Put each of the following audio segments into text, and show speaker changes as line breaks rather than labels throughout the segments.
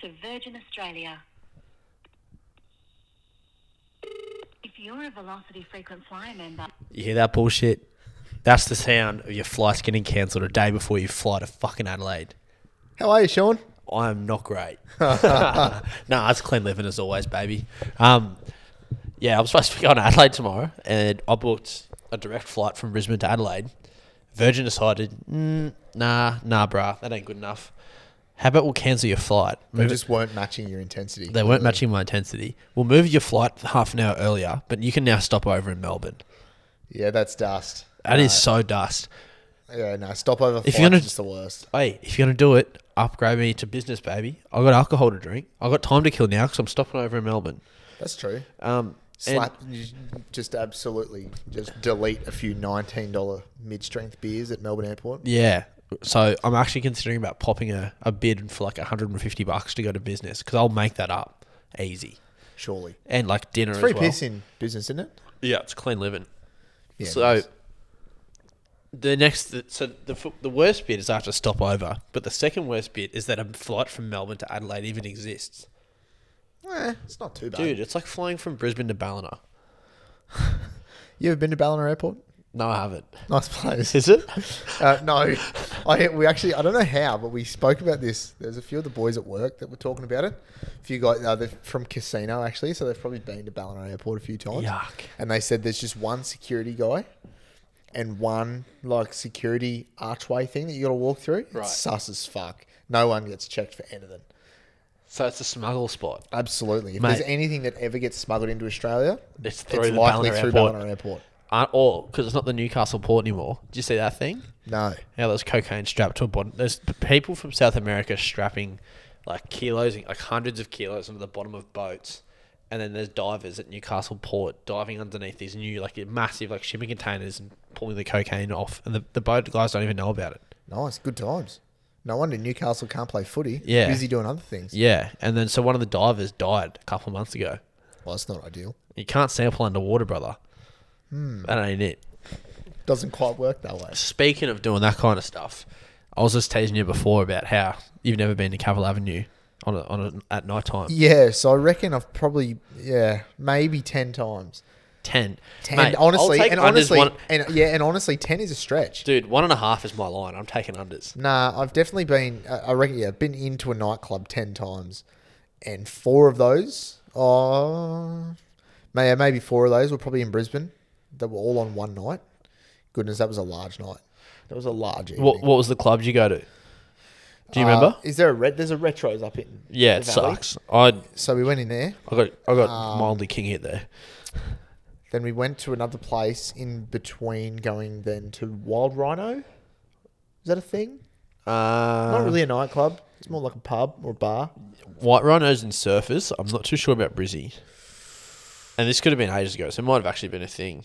to Virgin Australia. If you're a Velocity frequent flyer member,
You hear that bullshit? That's the sound of your flights getting cancelled a day before you fly to fucking Adelaide.
How are you, Sean?
I'm not great. no, that's clean living as always, baby. Um, yeah, I'm supposed to be going to Adelaide tomorrow, and I booked a direct flight from Brisbane to Adelaide. Virgin decided, mm, nah, nah, bruh, that ain't good enough. How about we'll cancel your flight?
They
Move it-
just weren't matching your intensity.
they weren't matching my intensity. We'll move your flight half an hour earlier, but you can now stop over in Melbourne.
Yeah, that's dust.
That is so dust.
Yeah, no, stopover
If
flights
you're
are
gonna-
just the worst.
Hey, if you're gonna do it, upgrade me to business, baby. I got alcohol to drink. I got time to kill now because I'm stopping over in Melbourne.
That's true.
Um, and-
Slap, you just absolutely just delete a few nineteen dollar mid strength beers at Melbourne Airport.
Yeah. So I'm actually considering about popping a, a bid for like 150 bucks to go to business because I'll make that up easy
Surely,
and like dinner
free
as well.
piss in business, isn't it?
Yeah, it's clean living.
Yeah,
so
nice.
the next, so the fu- the worst bit is I have to stop over, but the second worst bit is that a flight from Melbourne to Adelaide even exists.
Eh, it's not too bad.
Dude, it's like flying from Brisbane to Ballina.
you ever been to Ballina Airport?
No, I haven't.
Nice place.
Is it?
Uh, no, I, we actually I don't know how, but we spoke about this. There's a few of the boys at work that were talking about it. A few guys uh, they're from Casino actually, so they've probably been to Ballina Airport a few times.
Yuck.
And they said there's just one security guy and one like security archway thing that you got to walk through.
Right.
It's sus as fuck. No one gets checked for anything.
so it's a smuggle spot.
Absolutely. If
Mate.
there's anything that ever gets smuggled into Australia,
It's through the Ballina Airport.
Ballina Airport.
Uh, or because it's not the Newcastle port anymore. Did you see that thing?
No.
Now there's cocaine strapped to a bottom. There's p- people from South America strapping like kilos, like hundreds of kilos, onto the bottom of boats, and then there's divers at Newcastle Port diving underneath these new like massive like shipping containers and pulling the cocaine off, and the, the boat guys don't even know about it.
Nice. Good times. No wonder Newcastle can't play footy.
Yeah.
Busy doing other things.
Yeah, and then so one of the divers died a couple of months ago.
Well, that's not ideal.
You can't sample underwater, brother. That ain't it.
Doesn't quite work that way.
Speaking of doing that kind of stuff, I was just teasing you before about how you've never been to Cavill Avenue on a, on a, at night time.
Yeah, so I reckon I've probably yeah maybe ten times.
Ten.
Ten,
Mate, I'll
honestly,
take
and
unders
honestly,
one-
and yeah, and honestly, ten is a stretch.
dude, one and a half is my line. I'm taking unders.
Nah, I've definitely been. uh, I I reckon yeah, I've been into a nightclub ten times, and four of those, oh, may maybe four of those were probably in Brisbane. That were all on one night. Goodness, that was a large night. That was a large. Evening.
What What was the clubs you go to? Do you
Uh,
remember?
Is there a red? There's a retros up in.
Yeah,
the
it
valley.
sucks. I
So we went in there.
I got I got mildly king hit there.
Then we went to another place in between going then to Wild Rhino. Is that a thing?
uh,
Not really a
Um,
nightclub. It's more like a pub or a bar.
White rhinos and surfers. I'm not too sure about Brizzy. And this could have been ages ago, so it might have actually been a thing.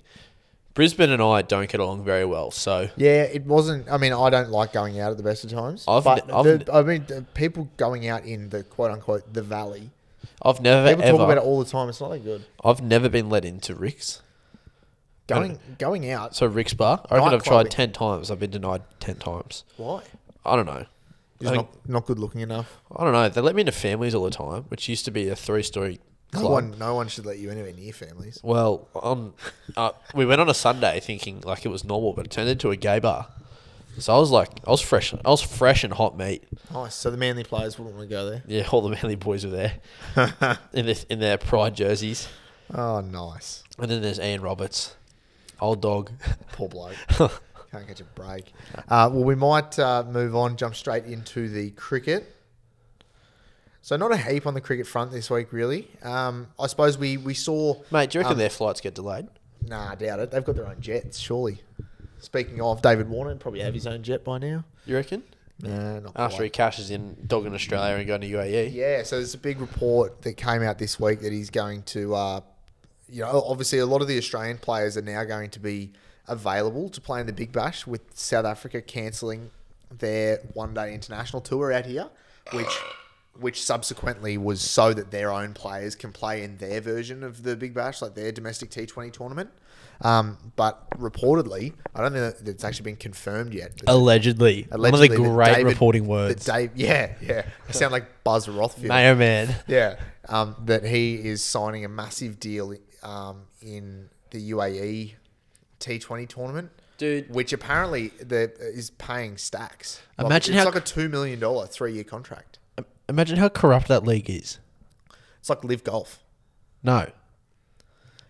Brisbane and I don't get along very well, so
Yeah, it wasn't. I mean, I don't like going out at the best of times.
I've
but
n- I've
the-
n-
I mean, the people going out in the quote unquote the valley.
I've never
People
ever
talk about it all the time. It's not that good.
I've never been let into Rick's.
Going going out.
So Rick's bar. I reckon
Night
I've tried
clubbing.
ten times. I've been denied ten times.
Why?
I don't know. I,
Just
think-
not not good looking enough.
I don't know. They let me into families all the time, which used to be a three-story club.
No one, no one should let you anywhere near families.
Well, on uh, we went on a Sunday thinking like it was normal, but it turned into a gay bar. So I was like, I was fresh. I was fresh and hot meat.
Nice. So the manly players wouldn't want to go there.
Yeah, all the Manly boys were there in their, in their pride jerseys,
Oh, nice.
and then there's Ian Roberts, old dog.
Poor bloke. Can't catch a break. Uh, well, we might uh, move on, jump straight into the cricket. So, not a heap on the cricket front this week, really. Um, I suppose we, we saw.
Mate, do you
Um,
reckon their flights get delayed?
Nah, I doubt it. They've got their own jets, surely. Speaking of, David Warner would probably have his own jet by now.
You reckon?
Nah, not
After he
quite.
cashes in, dog in Australia and going to E. UAE.
Yeah, so there's a big report that came out this week that he's going to, uh, you know, obviously a lot of the Australian players are now going to be available to play in the Big Bash with South Africa cancelling their one-day international tour out here, which which subsequently was so that their own players can play in their version of the Big Bash, like their domestic T20 tournament. Um, but reportedly, I don't think that it's actually been confirmed yet. but
Allegedly.
allegedly
One
that
of the great
David-
reporting
that
words.
Dave, yeah, yeah. You sound like Buzz Rothfield.
Mayo man.
Yeah, um, that he is signing a massive deal um, in the UAE T20 tournament,
Dude.
Which apparently the, is paying stacks. Like,
Imagine
it's
how-
like a two million dollar three year contract.
Imagine how corrupt that league is.
It's like live golf.
No.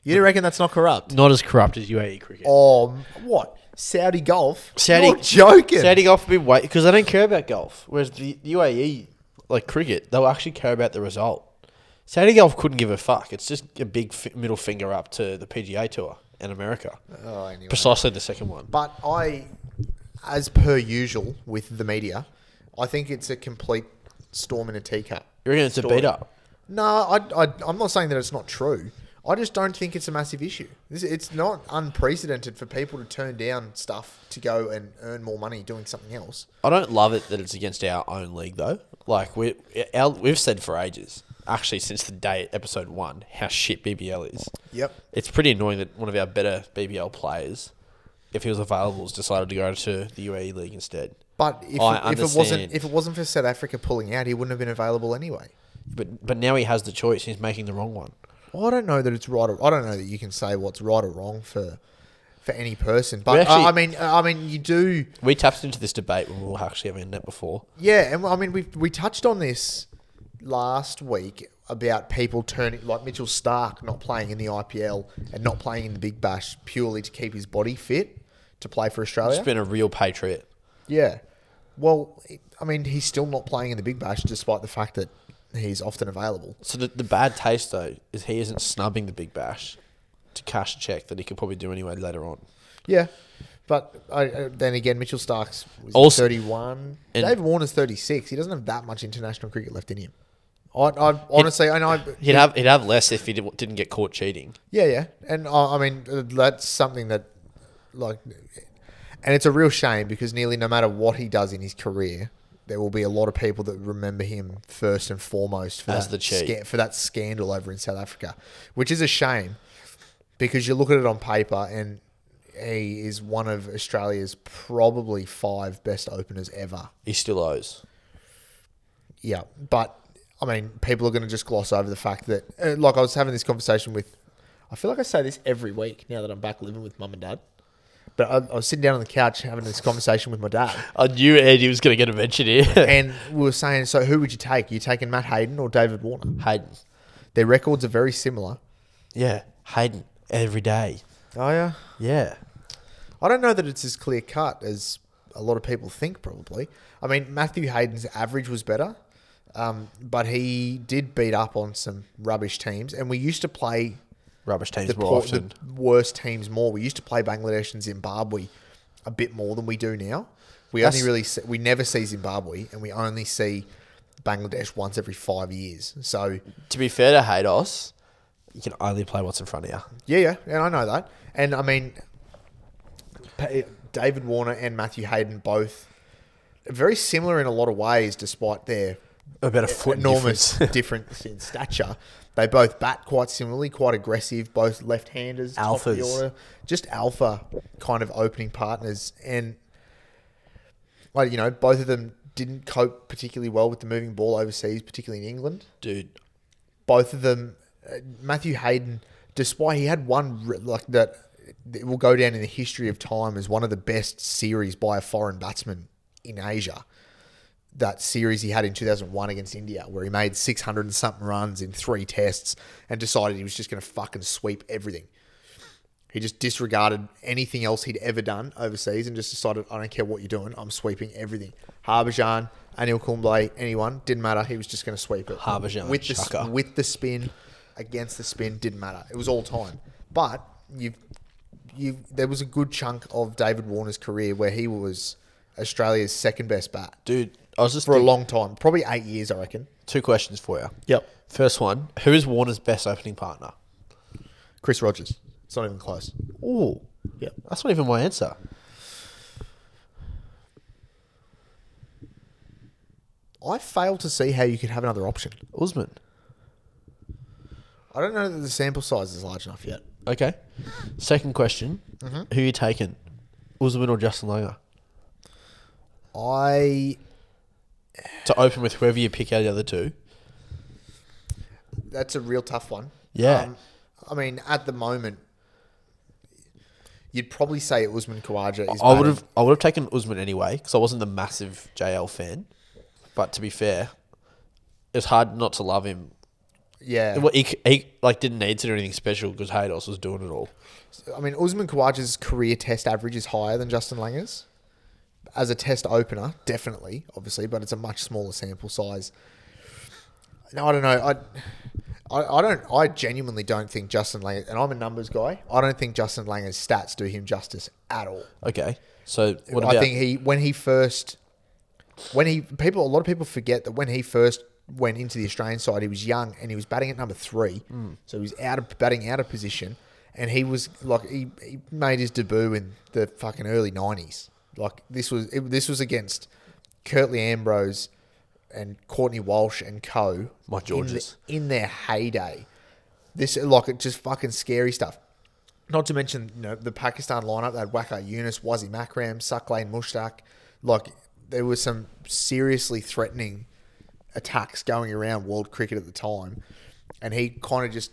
You reckon that's not corrupt?
Not as corrupt as UAE cricket.
Oh, m- what Saudi golf?
Saudi-
You're joking.
Saudi golf would be wait because they don't care about golf. Whereas the UAE, like cricket, they'll actually care about the result. Saudi golf couldn't give a fuck. It's just a big f- middle finger up to the PGA Tour and America.
Oh, anyway.
Precisely the second one.
But I, as per usual with the media, I think it's a complete storm in a teacup.
You reckon it's a
story.
beat up?
No, I, I, I'm not saying that it's not true. I just don't think it's a massive issue. This, it's not unprecedented for people to turn down stuff to go and earn more money doing something else.
I don't love it that it's against our own league though. Like we, our, we've said for ages, actually since the day episode one, how shit BBL is.
Yep.
It's pretty annoying that one of our better BBL players, if he was available, has decided to go to the UAE league instead.
But if,
I
if it wasn't
understand.
if it wasn't for South Africa pulling out, he wouldn't have been available anyway.
But but now he has the choice. He's making the wrong one.
I don't know that it's right or I don't know that you can say what's right or wrong for for any person. But
We
I,
actually-
I mean, I mean, you do.
We tapped into this debate when we were actually having that before.
Yeah, and I mean, we we touched on this last week about people turning like Mitchell Stark not playing in the IPL and not playing in the Big Bash purely to keep his body fit to play for Australia.
He's been a real patriot.
yeah. Well, I mean, he's still not playing in the Big Bash despite the fact that he's often available.
So the, the bad taste though is he isn't snubbing the big bash to cash a check that he could probably do anyway later on.
Yeah. But I, I- then again, Mitchell Stark's was
Also-
31.
and-
Dave Warner's 36. He doesn't have that much international cricket left in him. I, I honestly, and I,
He'd have he'd have less if he did, didn't get caught cheating.
yeah, yeah, and I, I mean uh, that's something that, like, and it's a real shame because nearly no matter what he does in his career, there will be a lot of people that remember him first and foremost for
As
that
the cheat.
sca- for that scandal over in South Africa, which is a shame because you look at it on paper and he is one of Australia's probably five best openers ever.
He still owes.
Yeah, but I mean, people are going to just gloss over the fact that, uh, like, I was having this conversation with. I feel like I say this every week now that I'm back living with mum and dad. But I, I was sitting down on the couch having this conversation with my dad,
I knew Eddie was going to get a mention here.
and we were saying, "So who would you take? You taking Matt Hayden or David Warner?
Hayden,
Their records are very similar."
yeah, Hayden every day.
Oh yeah,
Yeah,
I don't know that it's as clear cut as a lot of people think. Probably, I mean, Matthew Hayden's average was better, um, but he did beat up on some rubbish teams, and we used to play
rubbish teams
the,
more
poor-
often.
the worst teams more. We used to play Bangladesh and Zimbabwe a bit more than we do now. We
That's-
only really see, we never see Zimbabwe, and we only see Bangladesh once every five years. So
to be fair to Haydos, you can only play what's in front of you.
yeah, yeah, and I know that. And I mean, Pa- David Warner and Matthew Hayden both very similar in a lot of ways, despite their
About a foot
E- enormous
difference.
difference in stature. They both bat quite similarly, quite aggressive, both left-handers, top of the
Alphas.
order, just alpha kind of opening partners, and like you know, both of them didn't cope particularly well with the moving ball overseas, particularly in England.
dude.
Both of them, uh, Matthew Hayden, despite he had one re- like that, it will go down in the history of time as one of the best series by a foreign batsman in Asia that series he had in 2001 against India, where he made 600 and something runs in three tests and decided he was just going to fucking sweep everything. He just disregarded anything else he'd ever done overseas and just decided, I don't care what you're doing, I'm sweeping everything. Harbhajan, Anil Kumble, anyone, didn't matter. He was just going to sweep it.
Harbhajan,
with the,
shocker.
s- with the spin, against the spin, didn't matter. It was all time. But you've you there was a good chunk of David Warner's career where he was Australia's second best bat
Dude, I was just
for a
thinking-
long time, probably eight years, I reckon.
two questions for you.
Yep.
First one, who is Warner's best opening partner?
Chris Rogers. It's not even close.
Oh,
Yeah.
that's not even my answer.
I fail to see how you could have another option.
Usman.
I don't know that the sample size is large enough yet.
Okay. Second question:
Mm-hmm.
Who you taking, Usman or Justin Langer?
I
To open with whoever you pick out of the other two.
that's a real tough one. Um,
Yeah.
I mean, at the moment, you'd probably say Usman Khawaja is.
I would
batting.
have I would have taken Usman anyway because I wasn't the massive JL fan, but to be fair, it's hard not to love him.
Yeah.
Well, he, c- he like didn't need to do anything special because Haydos was doing it all.
I mean, Usman Khawaja's career test average is higher than Justin Langer's. As a test opener, definitely, obviously, but it's a much smaller sample size. No, I don't know. I, I, I don't. I genuinely don't think Justin Langer, and I'm a numbers guy. I don't think Justin Langer's stats do him justice at all.
Okay, so what about
I think he when he first when he people a lot of people forget that when he first went into the Australian side he was young and he was batting at number three,
Mm.
so he was out of batting out of position, and he was like he, he made his debut in the fucking early nineties. Like this was it, this was against Curtly Ambrose and Courtney Walsh and co.
My Georges.
in, the, in their heyday. This like it just fucking scary stuff. Not to mention, you know, the Pakistan lineup. They had Waqar Yunus, Wazi Makram, Sucklane Mushtaq. Like there was some seriously threatening attacks going around world cricket at the time, and he kind of just,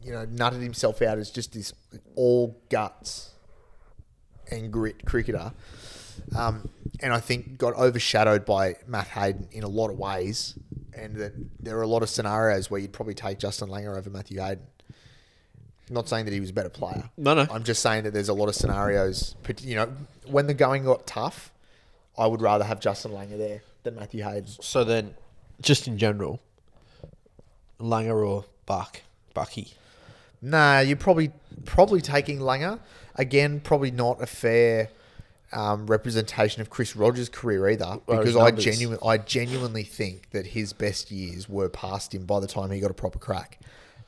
you know, nutted himself out as just this all guts and grit cricketer. Um, and I think got overshadowed by Matt Hayden in a lot of ways, and that there are a lot of scenarios where you'd probably take Justin Langer over Matthew Hayden. Not saying that he was a better player.
No, no.
I'm just saying that there's a lot of scenarios. pat- You know, when the going got tough, I would rather have Justin Langer there than Matthew Hayden.
so then just in general, Langer or Buck Bucky?
Nah, you're probably probably taking Langer. Again, probably not a fair um, representation of Chris Rogers' career either,
Well, his
because I
numbers.
genuinely I genuinely think that his best years were past him by the time he got a proper crack.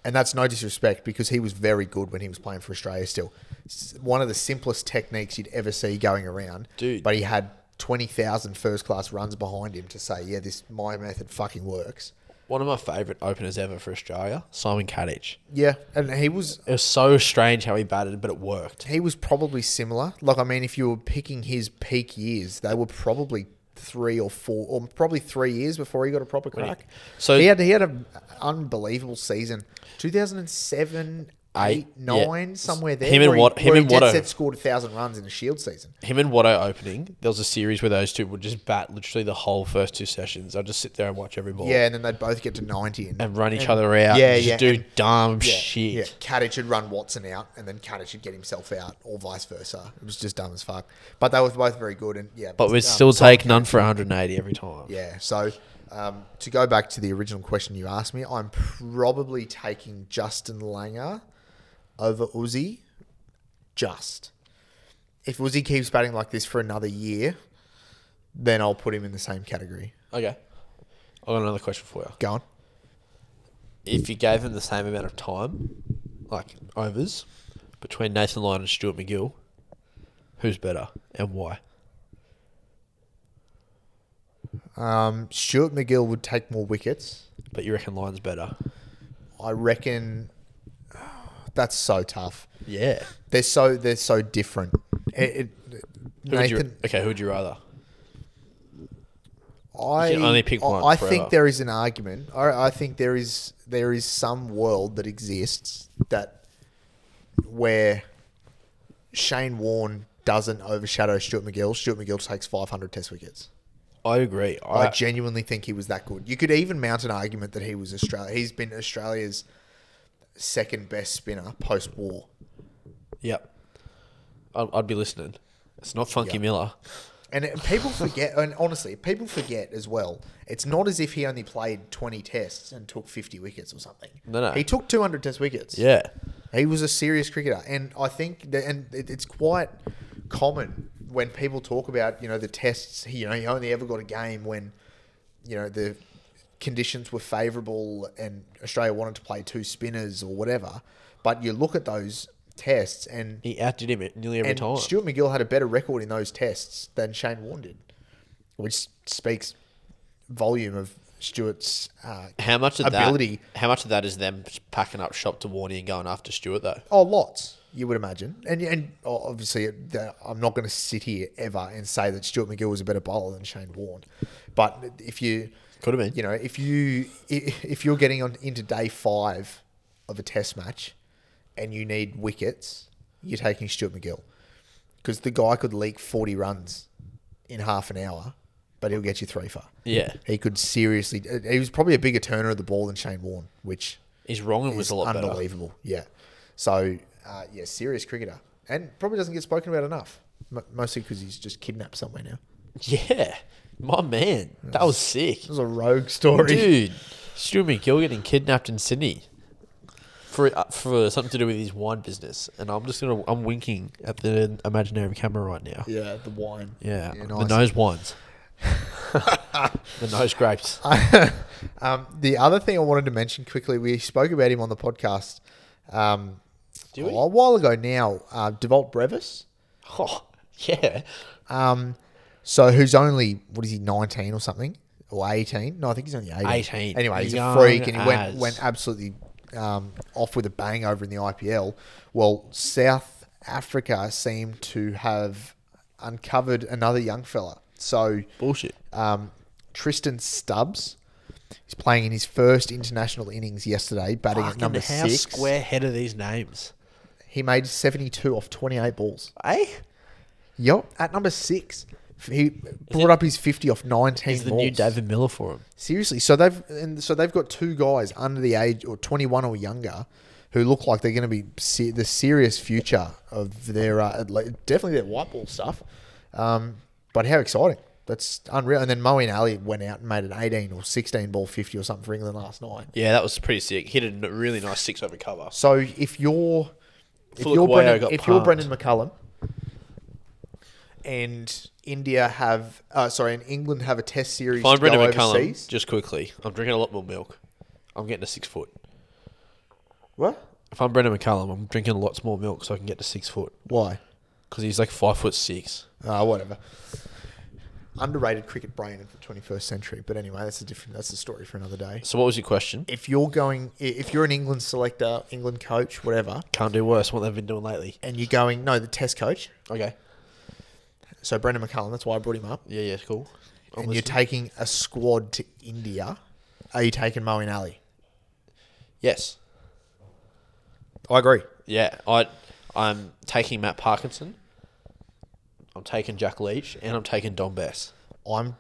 And that's no disrespect because he was very good when he was playing for Australia still. S- One of the simplest techniques you'd ever see going around.
Dude.
But he had 20,000 first class runs behind him to say, yeah, this my method fucking works.
One of my favourite openers ever for Australia, Simon Kadich.
Yeah. And he was
It was so strange how he batted, but it worked.
he was probably similar. Like, I mean, if you were picking his peak years, they were probably three or four, or probably three years before he got a proper
he-
crack.
so-
he had he had an unbelievable season, two thousand and seven, eight,
Eight, yeah.
nine, somewhere there.
Him and
where he-
Wat- him
where he
and
dead
Watto.
set scored a thousand runs in a Shield season.
Him and Watto opening, there was a series where those two would just bat literally the whole first two sessions. I'd just sit there and watch every ball.
Yeah, and then they'd both get to ninety and,
And run each other out. Yeah,
Yeah,
and just
yeah,
do
and-
dumb
yeah,
shit.
Yeah, Kadich would run Watson out, and then Kadich would get himself out, or vice versa. It was just dumb as fuck. But they were both very good, and yeah.
But we'd
um,
still take none for 180 every time.
Yeah. So um, to go back to the original question you asked me, I'm probably taking Justin Langer over Uzi. Just if Uzi keeps batting like this for another year, then I'll put him in the same category.
Okay. I've got another question for you.
Go on.
If you gave them the same amount of time, like overs, between Nathan Lyon and Stuart McGill, who's better and why?
Um, Stuart McGill would take more wickets.
But you reckon Lyon's better?
I reckon. That's so tough.
Yeah.
They're so they're so different. It, it,
Who would you,
Nathan,
okay, who would you rather?
I
can only pick
I-
one
I
forever.
think there is an argument. I, I think there is there is some world that exists that where Shane Warne doesn't overshadow Stuart McGill. Stuart McGill takes 500 Test wickets.
I agree.
I
I,
genuinely think he was that good. You could even mount an argument that he was Australia. He's been Australia's second best spinner post war.
Yep. I'd, I'd be listening. It's not Funky
Yeah.
Miller.
And it- people forget, and honestly, people forget as well. It's not as if he only played 20 tests and took 50 wickets or something.
No, no.
He took 200 test wickets.
Yeah.
He was a serious cricketer, and I think that, and it, it's quite common when people talk about you know the tests. You know, he only ever got a game when you know the conditions were favourable and Australia wanted to play two spinners or whatever. But you look at those tests, and
He outdid him at nearly every
and
time.
Stuart McGill had a better record in those tests than Shane Warne did, which speaks volume of Stewart's uh,
How much of
ability.
that? How much of that is them packing up shop to Warney and going after Stewart though?
Oh, lots. You would imagine, and and obviously, it- the- I'm not going to sit here ever and say that Stuart McGill was a better bowler than Shane Warne, but if you
Could have been.
you know, if you i- if you're getting on into day five of a Test match, and you need wickets, you're taking Stuart McGill because the guy could leak 40 runs in half an hour, but he'll get you three for.
Yeah,
He could seriously. He was probably a bigger turner of the ball than Shane Warne, which
he's wrong and was
was
a lot better.
unbelievable. Yeah. So, uh, yeah, serious cricketer. And probably doesn't get spoken about enough, M- mostly because he's just kidnapped somewhere now.
Yeah, my man, that was sick,
It was a rogue story.
dude. Stuart McGill getting kidnapped in Sydney for uh, for something to do with his wine business, and I'm just gonna I'm winking at the imaginary camera right now.
Yeah, the wine.
Yeah, the
nice.
nose wines, the nose grapes.
Uh, um, the other thing I wanted to mention quickly, we spoke about him on the podcast um,
Do we?
a while ago now, uh, Devolt Brevis.
Oh, yeah,
Um, so who's only what is he nineteen or something or eighteen? No, I think he's only eighteen.
18.
Anyway, he's
Young
a freak, and he
as.
went went absolutely um, off with a bang over in the IPL. Well, South Africa seem to have uncovered another young fella. So
bullshit.
um, Tristan Stubbs. He's playing in his first international innings yesterday, batting at
Fucking
number
how
six.
square head are these names?
He made 72 off 28 balls.
Eh?
Yep, at number six. He brought up his 50 off 19
He's the
balls.
new David Miller for him.
Seriously, so they've and so they've got two guys under the age or 21 or younger who look like they're going to be se- the serious future of their uh, at le- definitely their white ball stuff. Um, but how exciting! That's unreal. And then Moeen Ali went out and made an 18 or 16 ball 50 or something for England last night.
Yeah, that was pretty sick. Hit a n- really nice six over cover.
So if you're if
Fuluk
you're
Wayo
Brendan,
got
if you're
pumped.
Brendan McCullum and India have uh, sorry, and England have a Test series
Find
to go
Brendan McCullum
overseas.
just quickly. I'm drinking a lot more milk. I'm getting to six foot.
What?
If I'm Brendan McCullum, I'm drinking lots more milk so I can get to six foot
Why?
because he's like five foot six.
Ah, whatever. Underrated cricket brain of the 21st century. But anyway, that's a different. That's a story for another day.
So what was your question?
If you're going, i- if you're an England selector, England coach, whatever,
Can't do worse. What they've been doing lately.
and you're going, no, the Test coach.
Okay.
So Brendan McCullum. That's why I brought him up.
Yeah, yeah, cool. I'm
and
listening.
you're taking a squad to India. Are you taking Moeen Ali?
yes.
I agree.
Yeah, I I'm taking Matt Parkinson. I'm taking Jack Leach and I'm taking Don Bess.
I'm,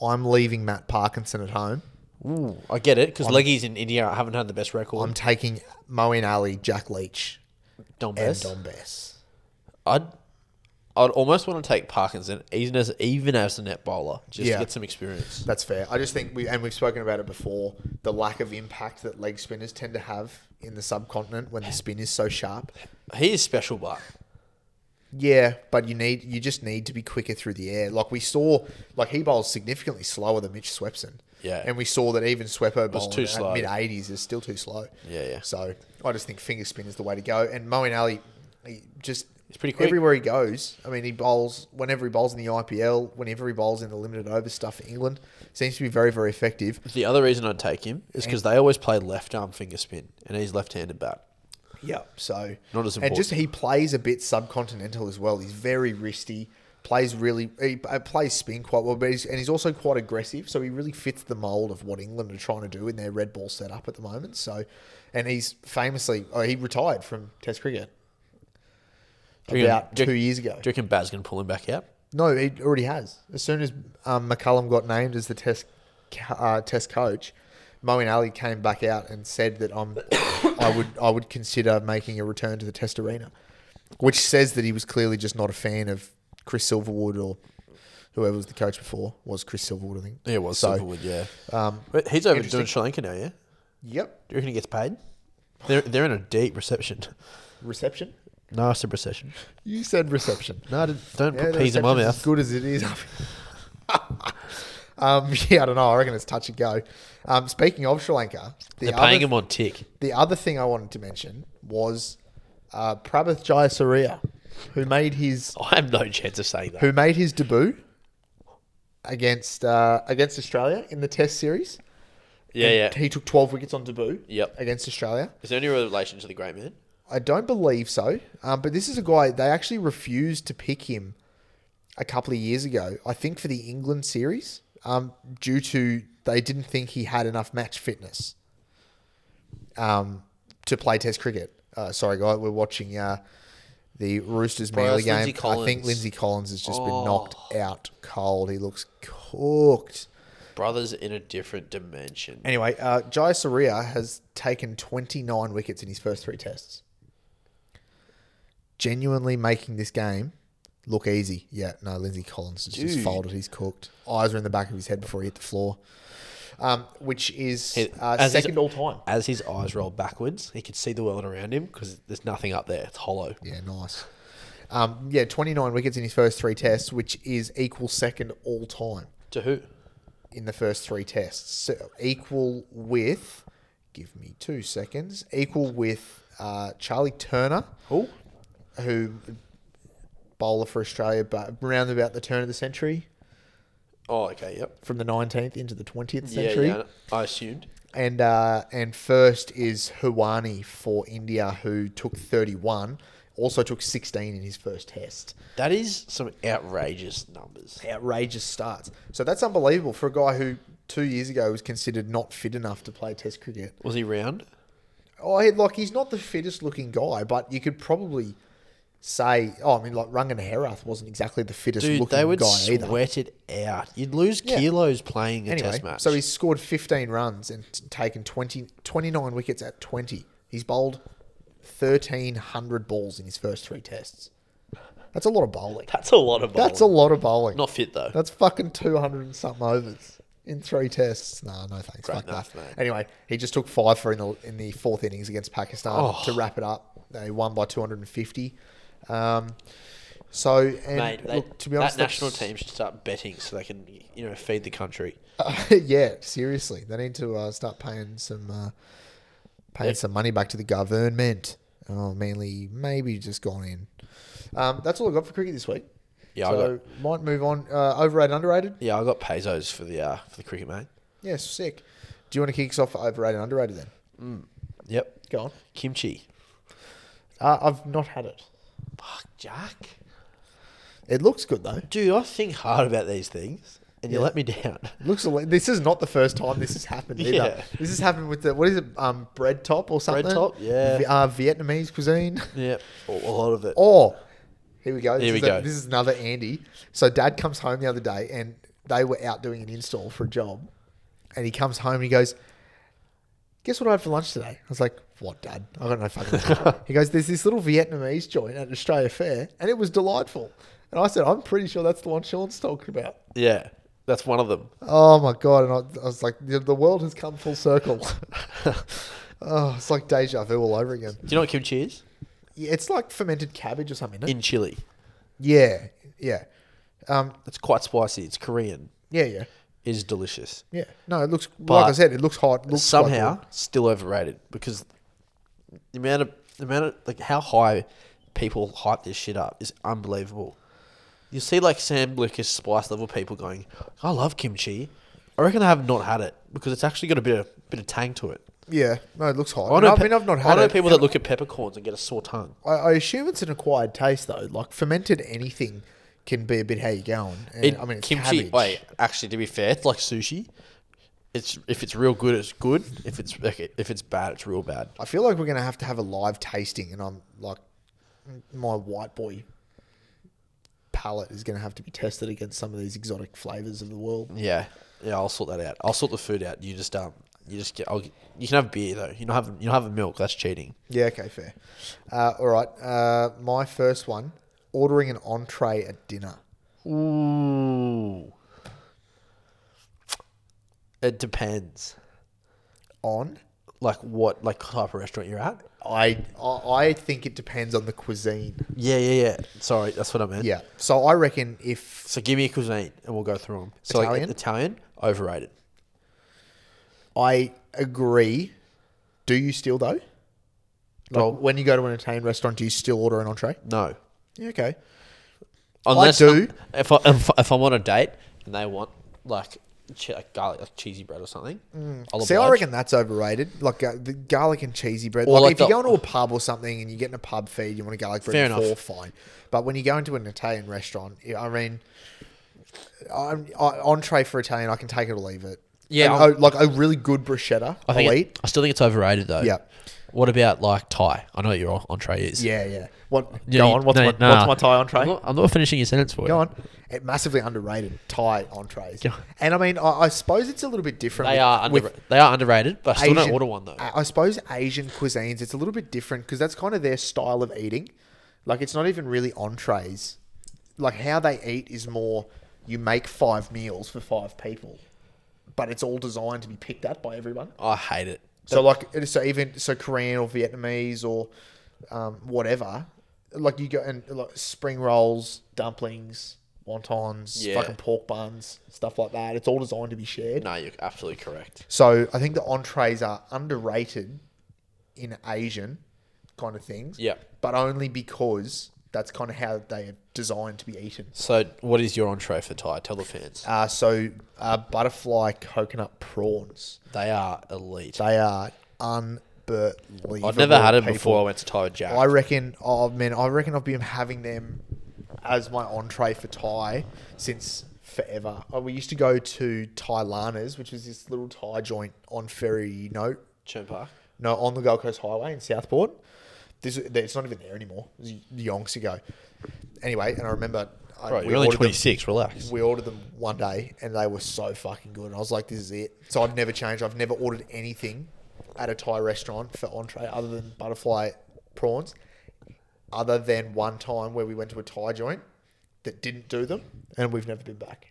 I'm leaving Matt Parkinson at home.
Ooh, I get it because leggies in India haven't had the best record.
I'm taking Moeen Ali, Jack Leach,
Don
and
Bess.
Don Bess.
I'd I'd almost want to take Parkinson even as even as a net bowler just
Yeah.
to get some experience.
That's fair. I just think we and we've spoken about it before. The lack of impact that leg spinners tend to have in the subcontinent when the spin is so sharp.
He is special, but
Yeah, but you need you just need to be quicker through the air. Like we saw, like he bowls significantly slower than Mitch Swepson.
Yeah.
and we saw that even Swepo bowling
too slow.
at mid eighties is still too slow.
Yeah, yeah.
So I just think finger spin is the way to go. And Moeen Ali, he just
He's pretty quick.
everywhere he goes. I mean, he bowls whenever he bowls in the IPL, whenever he bowls in the limited over stuff for England, seems to be very very effective.
the other reason I'd take him is because they always play left arm finger spin, and he's left-handed bat.
Yep. So
Not as
And just
important.
he plays a bit subcontinental as well. He's very wristy. Plays really, he uh, plays spin quite well, but he's, and he's also quite aggressive. So he really fits the mold of what England are trying to do in their red ball setup at the moment. So, and he's famously, oh, he retired from Test cricket
Do you reckon-
about
do you-
two years ago.
Do you reckon Baz gonna pull him back out?
No, he already has. As soon as um, McCullum got named as the test co- uh, test coach, Moeen Ali came back out and said that I'm, I would I would consider making a return to the test arena, which says that he was clearly just not a fan of Chris Silverwood or whoever was the coach before was Chris Silverwood I think.
Yeah, well,
So, um,
Silverwood, yeah. but he's over doing
interesting.
Sri Lanka now, yeah.
Yep,
Do you reckon he gets paid? They're they're in a deep reception,
reception.
nasty recession.
You said reception.
No, I didn't- don't
Yeah,
put
the
peas in my
reception's As
mouth.
good as it is. um, yeah, I don't know. I reckon it's touch and go. Um, speaking of Sri Lanka, the
They're
other
paying him on tick.
The other thing I wanted to mention was uh, Prabhath Jayasuriya, who made his
I have no chance of saying that.
who made his debut against uh, against Australia in the Test series.
Yeah,
And
yeah.
He took 12 wickets on debut
Yep.
against Australia.
Is there any relation to the great man?
I don't believe so. Um, but this is a guy they actually refused to pick him a couple of years ago. I think for the England series, um, due to they didn't think he had enough match fitness um, to play Test cricket. Uh, sorry, guy, we're watching uh, the Roosters Manly
it's Lindsay
game. I
Collins.
think
Oh.
Lindsay Collins has just been knocked out cold. He looks cooked.
Brothers in a different dimension.
Anyway, uh, Jai Surya has taken 29 wickets in his first three tests. Genuinely making this game look easy. Yeah, no, Lindsay Collins has just
Dude.
folded. He's cooked. Eyes are in the back of his head before he hit the floor, um, which is
It-
uh,
as his-
second all time.
As his eyes rolled backwards, he could see the world around him because there's nothing up there. It's hollow.
Yeah, nice. Um, yeah, 29 wickets in his first three tests, which is equal second all time.
To who?
in the first three tests. So equal with, give me two seconds, equal with uh, Charlie Turner,
Who?
who bowler for Australia, but round about the turn of the century,
Oh, okay. Yep.
from the 19th into the 20th
Yeah,
century.
yeah. I assumed.
And uh, and first is Huwani for India, who took 31, also took 16 in his first test.
That is some outrageous numbers.
Outrageous starts. So that's unbelievable for a guy who two years ago was considered not fit enough to play test cricket.
Was he round?
Oh, he- like he's not the fittest looking guy, but you could probably say, oh, I mean, like Rungan Herath wasn't exactly the fittest
Dude,
looking
they would
guy either.
sweat it out. You'd lose kilos playing a
Anyway,
test match.
so he's scored 15 runs and t- taken 20, 29 wickets at 20. He's bowled 1,300 balls in his first three tests. That's a lot of bowling.
that's a lot of bowling.
That's a lot of bowling.
Not fit though.
That's fucking 200 and something overs in three tests. No, no thanks. Fuck
enough,
that.
mate.
Anyway, he just took five for in the, in the fourth innings against Pakistan
Oh.
to wrap it up. They won by 250. Um, so, and
Mate, they-
look, to be honest,
that national
that's-
team should start betting so they can, you know, feed the country.
yeah, seriously, they need to uh, start paying some uh, paying some money back to the government. Oh, mainly maybe just gone in. Um, that's all I got for cricket this week.
Yeah, I
so might move on. Uh, overrated, underrated.
Yeah, I got pesos for the uh, for the cricket, mate.
Yeah, sick. Do you want to kick us off for overrated, underrated then?
Yep.
Go on.
Kimchi.
Uh, I've not had it.
Fuck, Jack.
It looks good though.
Dude, I think hard about these things, and you
Yeah.
let me down.
Looks. al- This is not the first time this has happened either.
Yeah.
This has happened with the what is it? Um, bread top or something.
top, yeah.
Vi- uh, Vietnamese cuisine.
yep. A a lot of it.
Oh, here we go. This
Here we
is
go.
this is another Andy. So dad comes home the other day and they were out doing an install for a job, and he comes home and he goes, "Guess what I had for lunch today?" I was like, "What, Dad? I got no fucking." clue." he goes, "There's this little Vietnamese joint at Australia Fair, and it was delightful." And I said, "I'm pretty sure that's the one Sean's talking about."
Yeah. That's one of them.
Oh my god! And I, I was like, "The the world has come full circle." oh, it's like deja vu all over again.
Do you know what kimchi is?
Yeah, it's like fermented cabbage or something. Isn't it?
In Chile.
Yeah, yeah, um,
It's quite spicy. It's Korean.
yeah, yeah,
It is delicious.
yeah. No, it looks like
But
I said, it looks hot. Looks
Somehow,
like
still overrated because the amount of the amount of like how high people hype this shit up is unbelievable. You see, like Sam Lucas spice level people going, "I love kimchi." I reckon I have not had it because it's actually got a bit of bit of tang to it.
it- yeah. No, it looks hot.
I
And I,
know, pe-
mean, I've not
I
had
know
it.
people that look at peppercorns and get a sore tongue.
I, I assume it's an acquired taste though. Like fermented anything can be a bit how you going. And,
It,
I mean, it's
kimchi.
cabbage.
Wait, actually, to be fair, it's like sushi. It's if it's real good, it's good. If it's if it's bad, it's real bad.
I feel like we're gonna have to have a live tasting, and I'm like, my white boy palate is gonna have to be tested against some of these exotic flavors of the world.
Yeah, yeah, I'll sort that out. I'll sort the food out. You just um, you just get. I'll, get- you can have beer though. You don't have you don't have milk. That's cheating.
Yeah. Okay. Fair. Uh, all right. Uh, my first one: ordering an entree at dinner.
Ooh. It depends,
On
like what like type of restaurant you're at.
I I I think it depends on the cuisine.
Yeah, yeah, yeah. Sorry, that's what I meant.
Yeah. So I reckon if
So give me a cuisine and we'll go through them. So Italian?
Italian?
like Italian, overrated.
I agree, do you still though? Like
Well-
when you go to an Italian restaurant, do you still order an entree?
No,
Yeah, okay.
Unless
do.
If I if, I- if I'm on a date and they want like che- like garlic, like cheesy bread or something. I'll
Mm. See, I
oblige.
reckon that's overrated. Like uh, the garlic and cheesy bread.
Or
Like,
like
if you
the-
go into a pub or something and you get in a pub feed, you want a garlic bread
Fair
before,
enough.
fine. But when you go into an Italian restaurant, yeah, I mean, I'm, I, entree for Italian, I can take it or leave it.
Yeah,
And, oh, like a really good bruschetta,
I
I'll
think
eat.
it, I still think it's overrated though.
Yeah.
What about like Thai? I know what your entree is.
Yeah, yeah. What?
Yeah,
Go
you-
on, what's my- what's my Thai entree?
I'm not, I'm not finishing your sentence for you.
Go on. It massively underrated Thai entrees.
Go on.
And I mean, I, I suppose it's a little bit different.
They
with-
are
with
under, they are underrated, but I still don't order one though.
I I suppose Asian cuisines, it's a little bit different because that's kind of their style of eating. Like it's not even really entrees. Like how they eat is more you make five meals for five people, but it's all designed to be picked at by everyone.
I hate it.
So like it is- so even so Korean or Vietnamese or um, whatever, like you go and like spring rolls, dumplings, wontons,
Yeah.
fucking pork buns, stuff like that. It's all designed to be shared.
No, you're absolutely correct.
So I think the entrees are underrated in Asian kind of things.
Yeah.
But only because that's kind of how they are designed to be eaten.
So, what is your entree for Thai? Tell the fans.
Uh, so uh, butterfly coconut prawns.
They are elite.
They are unbelievable.
I've never had them
people.
before I went to Thai with Jack.
I reckon. Oh man, I reckon I've been having them as my entree for Thai since forever. Oh, we used to go to Thai Lana's, which is this little Thai joint on Ferry Note
Churn Park.
No, on the Gold Coast Highway in Southport. This it's not even there anymore. It was yonks ago. Anyway, and I remember I,
Bro,
we,
you're only
ordered
26. Relax.
them, we ordered them one day, and they were so fucking good. And I was like, "This is it." So I've never changed. I've never ordered anything at a Thai restaurant for entree other than butterfly prawns. Other than one time where we went to a Thai joint that didn't do them, and we've never been back.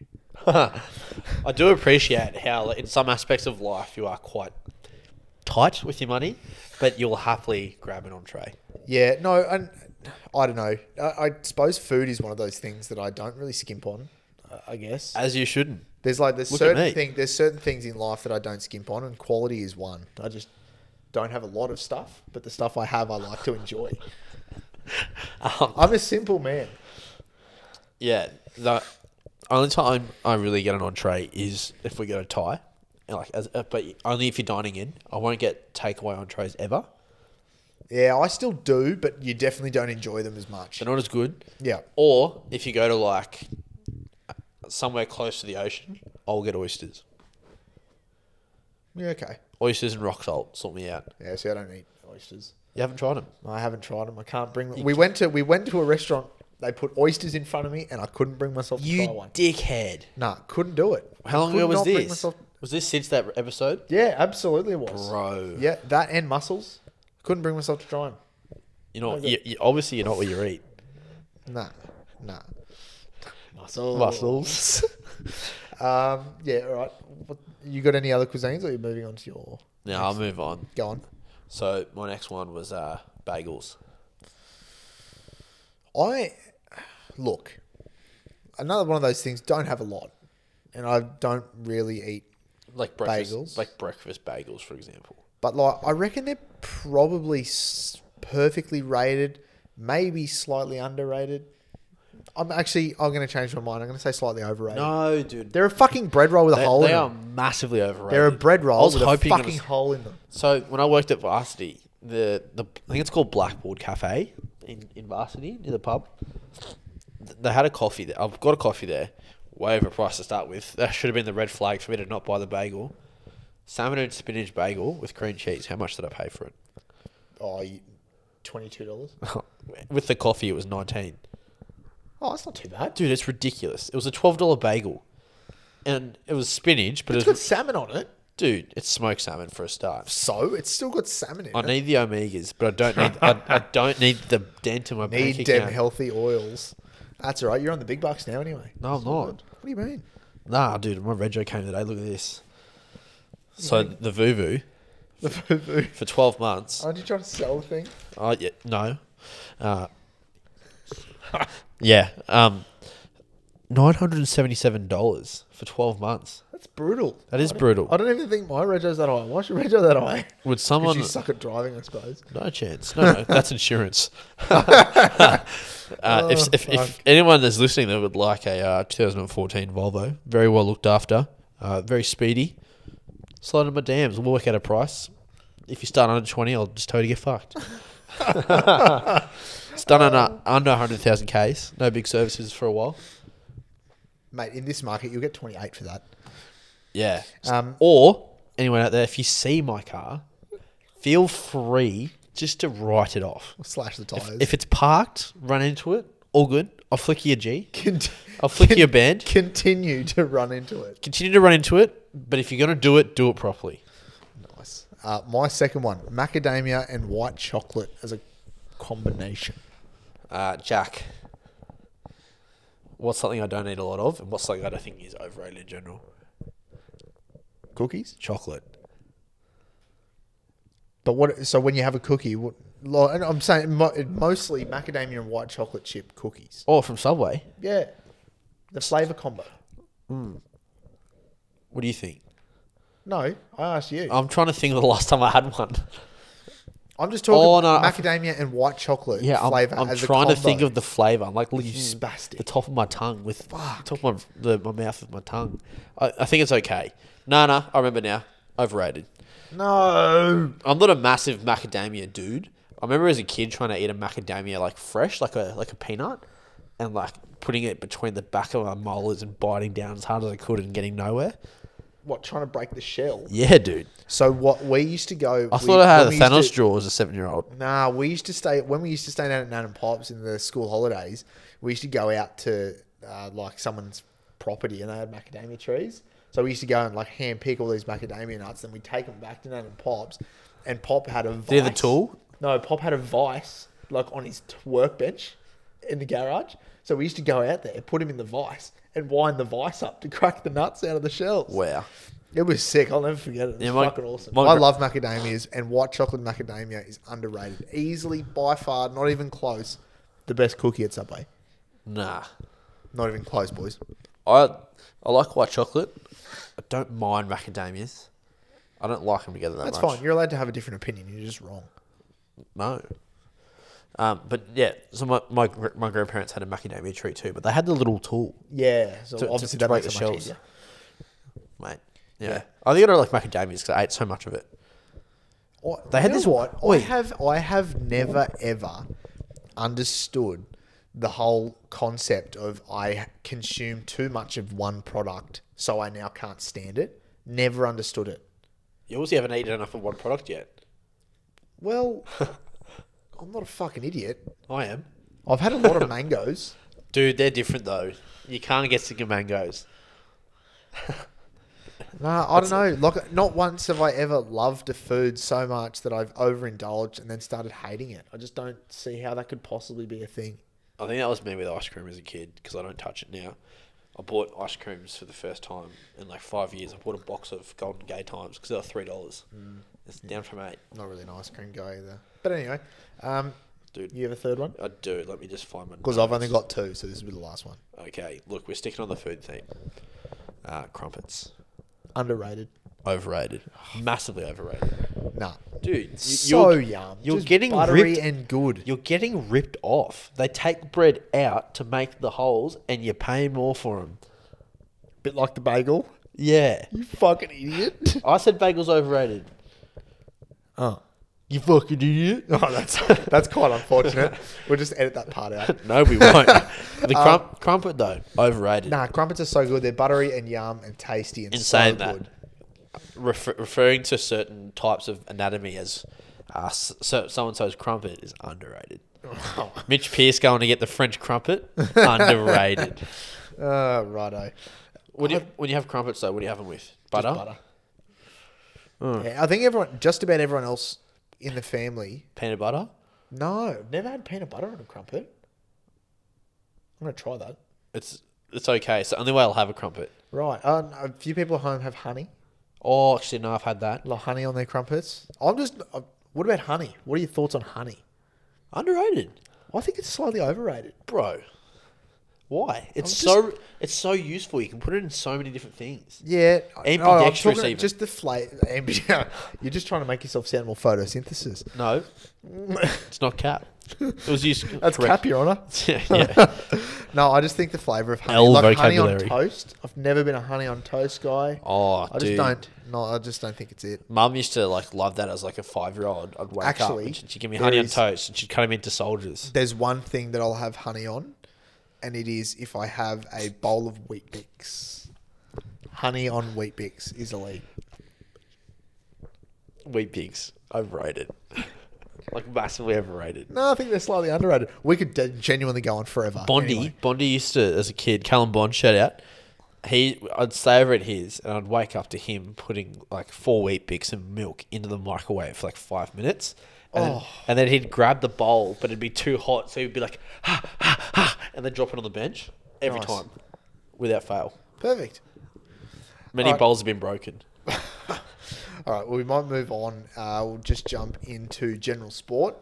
I do appreciate how, like, in some aspects of life, you are quite tight with your money, but you'll happily grab an entree.
Yeah, no, and I don't know. I, I suppose food is one of those things that I don't really skimp on. I- I guess
As you shouldn't.
there's like there's
Look at me.
certain thing there's certain things in life that I don't skimp on, and quality is one. I just don't have a lot of stuff, but the stuff I have, I like to enjoy.
Um,
I'm a simple man.
Yeah, the only time I really get an entree is if we go to Thai, and like, as, uh, but only if you're dining in. I won't get takeaway entrees ever.
Yeah, I still do, but you definitely don't enjoy them as much.
They're not as good.
Yeah,
Or if you go to like somewhere close to the ocean, I'll get oysters.
yeah, okay.
Oysters and rock salt sort me out.
Yeah, see, I don't eat oysters.
You haven't tried them.
I haven't tried them. I can't bring them. We went to we went to a restaurant. They put oysters in front of me, and I couldn't bring myself to
You
try one.
dickhead.
Nah, couldn't do it.
How long
Could
ago was
not bring
this?
myself-
Was this since that episode?
Yeah, absolutely it was.
Bro.
Yeah, that and mussels. Couldn't bring myself to try them.
You know, you, you, obviously you're not what you eat.
Nah, nah. Mussels.
Mussels.
Um, yeah, all right. What, you got any other cuisines or are you moving on to your...
now I'll move on.
Go on.
So my next one was uh, bagels.
I... Look, another one of those things, don't have a lot. And I don't really eat...
like breakfast,
Bagels.
like breakfast bagels, for example.
But, like, I reckon they're probably s- perfectly rated, maybe slightly underrated. I'm actually... I'm going to change my mind. I'm going to say slightly overrated.
No, dude,
They're a fucking bread roll with a
they,
hole
they
in
are
them.
massively overrated.
They're a bread
I
roll
was
with a
hoping. it
fucking
was-
hole in them.
so when I worked at Varsity, the the I think it's called Blackboard Cafe in in Varsity near the pub. th- They had a coffee there. I've got a coffee there, way overpriced to start with. That should have been the red flag for me to not buy the bagel. Salmon and spinach bagel with cream cheese. How much did I pay for it?
Oh, you, $22?
with the coffee, it was nineteen.
Oh, that's not too bad.
Dude, it's ridiculous. It was a twelve dollar bagel, and it was spinach, but
It's
it
got
was,
salmon on it.
dude, it's smoked salmon for a start.
So, it's still got salmon in
I
it.
need the omegas, but I don't need I, I don't need the dent in my bank
Need them
account.
healthy oils. That's all right. You're on the big bucks now anyway.
No, I'm not.
What do you mean?
Nah, dude, my rego came today. Look at this. So the Vuvu
The boo-boo.
for twelve months.
Aren't you trying to sell the thing?
Oh yeah, no. Uh, yeah, um, nine hundred and seventy-seven dollars for twelve months.
That's brutal.
That is
I don't-
brutal.
I don't even think my rego's that high. Why should rego that high?
Would
'Cause
someone
you suck at driving, I suppose.
No chance. No, no, that's insurance. uh, if if,
fuck.
if anyone that's listening that would like a uh, 2014 Volvo, very well looked after, Uh, very speedy. Slide on my dams. We'll work out a price. If you start under 20, I'll just totally get fucked. it's done under, under 100,000 Ks. No big services for a while.
Mate, in this market, you'll get 28 for that.
Yeah.
Um,
or anyone out there, if you see my car, feel free just to write it off.
Slash the tires.
If it's parked, run into it. All good. I'll flick you a G.
Cont-
I'll flick you a band.
continue to run into it.
Continue to run into it, but if you're going to do it, do it properly.
Nice. Uh, my second one: macadamia and white chocolate as a combination.
Uh, Jack, what's something I don't eat a lot of, and what's something I don't think is overrated in general?
Cookies.
Chocolate.
But what? So when you have a cookie, what, lo- and I'm saying mo- mostly macadamia and white chocolate chip cookies.
Or from Subway.
Yeah, the flavor combo.
What do you think?
No, I asked you.
I'm trying to think of the last time I had one.
I'm just talking
Oh, no, I-
macadamia and white chocolate
Yeah, I'm,
flavor.
I'm
as
trying to
a
think
combo. Mm.
of the flavor. I'm like licking
spastic.
the top of my tongue with the top of my, the, my mouth with my tongue. I, I think it's okay. No, no, I remember now. Overrated.
no.
I'm not a massive macadamia dude. I remember as a kid trying to eat a macadamia like fresh, like a like a peanut, and like putting it between the back of my molars and biting down as hard as I could and getting nowhere.
What trying to break the shell?
Yeah, dude.
So what we used to go.
I thought I had a
Thanos
Thanos jaw as a seven year old.
Nah, we used to stay when we used to stay down at Nan and Pipes in the school holidays. We used to go out to uh, like someone's property and they had macadamia trees. So we used to go and like hand pick all these macadamia nuts, then we would take them back to Nan and Pops. And Pop had a vice.
he have the tool?
No, Pop had a vice like on his t- workbench in the garage. So we used to go out there, put him in the vice, and wind the vice up to crack the nuts out of the shells.
Wow.
It was sick. I'll never forget it. It was
Yeah, my-
fucking awesome.
my
I
gr-
love macadamias, and white chocolate macadamia is underrated. Easily, by far, not even close, the best cookie at Subway.
Nah.
Not even close, boys.
I I like white chocolate. I don't mind macadamias. I don't like them together that
That's
much.
fine. You're allowed to have a different opinion. You're just wrong.
No. Um, but yeah, so my, my gr- my grandparents had a macadamia tree too, but they had the little tool.
Yeah. So
To- to-
obviously
to
that
break
makes it
the
much
shells.
easier.
mate. Yeah. I think I don't like macadamias because I ate so much of it.
I-
They had
Oh, you know
this-
What I
Oi.
have, I have never ever understood the whole concept of I consume too much of one product, so I now can't stand it. Never understood it.
You also haven't eaten enough of one product yet.
Well, I'm not a fucking idiot.
I am.
I've had a lot of mangoes.
Dude, they're different though. You can't get sick of mangoes.
Nah, I don't know. Like, not once have I ever loved a food so much that I've overindulged and then started hating it. I just don't see how that could possibly be a thing.
I think that was me with ice cream as a kid because I don't touch it now. I bought ice creams for the first time in like five years. I bought a box of Golden Gay Times because they were three dollars. It's down from eight,
I'm not really an ice cream guy either. But anyway, um,
dude.
you have a third one?
I do. Oh, Let me just find my.
Because I've only got two, so this will be the last one.
Okay, look, we're sticking on the food theme. Uh, crumpets,
Underrated.
overrated, massively overrated,
Nah.
dude. You,
so
you're-
yum.
You're
Just
getting
buttery
ripped
and good.
You're getting ripped off. They take bread out to make the holes, and you're paying more for them.
bit like the bagel.
Yeah,
You fucking idiot.
I said bagels overrated.
oh.
You fucking idiot.
Oh, that's that's quite unfortunate. we'll just edit that part out.
No, we won't. the crump, crumpet though, overrated.
Nah, crumpets are so good. They're buttery and yum and tasty and
Insane
so
that.
good.
Refer- referring to certain types of anatomy as uh, so and so's crumpet is underrated. Mitch Pierce going to get the French crumpet, underrated.
Uh, righto.
When you, when you have crumpets though, what do you have them with? Butter.
Butter.
Hmm.
Yeah, I think everyone, just about everyone else in the family,
peanut butter.
no, I've never had peanut butter on a crumpet. I'm gonna try that.
It's it's okay. It's the only way I'll have a crumpet.
Right. Uh, a few people at home have honey,
Oh, actually, no, I've had that.
a lot of honey on their crumpets. I'm just. Uh, what about honey? What are your thoughts on honey?
Underrated,
I think it's slightly overrated.
bro. Why? It's
just-
so it's so useful. You can put it in so many different things.
Yeah, I- no, I'm
Ambidextrous
talking-
even.
Just the flavor. You're just trying to make yourself sound more photosynthesis.
No, it's not cap. It was used.
That's
correct.
cap, Your Honour.
yeah.
no, I just think the flavour of honey,
L
like honey on
vocabulary.
toast. I've never been a honey on toast guy.
Oh,
I just
dude.
don't. No, I just don't think it's it.
Mum used to like love that as like a five year old. I'd wake up
Actually,
and she'd she'd give me
there
honey on
is-
toast and she'd cut him into soldiers.
There's one thing that I'll have honey on, and it is if I have a bowl of wheat bix. Honey on wheat bix is elite.
Wheat pigs overrated, like massively overrated.
No, I think they're slightly underrated. We could de- genuinely go on forever.
Bondi,
Anyway.
Bondi used to as a kid. Callum Bond, shout out. He, I'd stay over at his, and I'd wake up to him putting like four wheat bix and milk into the microwave for like five minutes, and, then,
Oh.
and then he'd grab the bowl, but it'd be too hot, so he'd be like, ha, ha, ha, and then drop it on the bench every
Nice.
time, without fail.
Perfect.
Many
Alright.
bowls have been broken.
All right, well, we might move on. Uh, we'll just jump into general sport.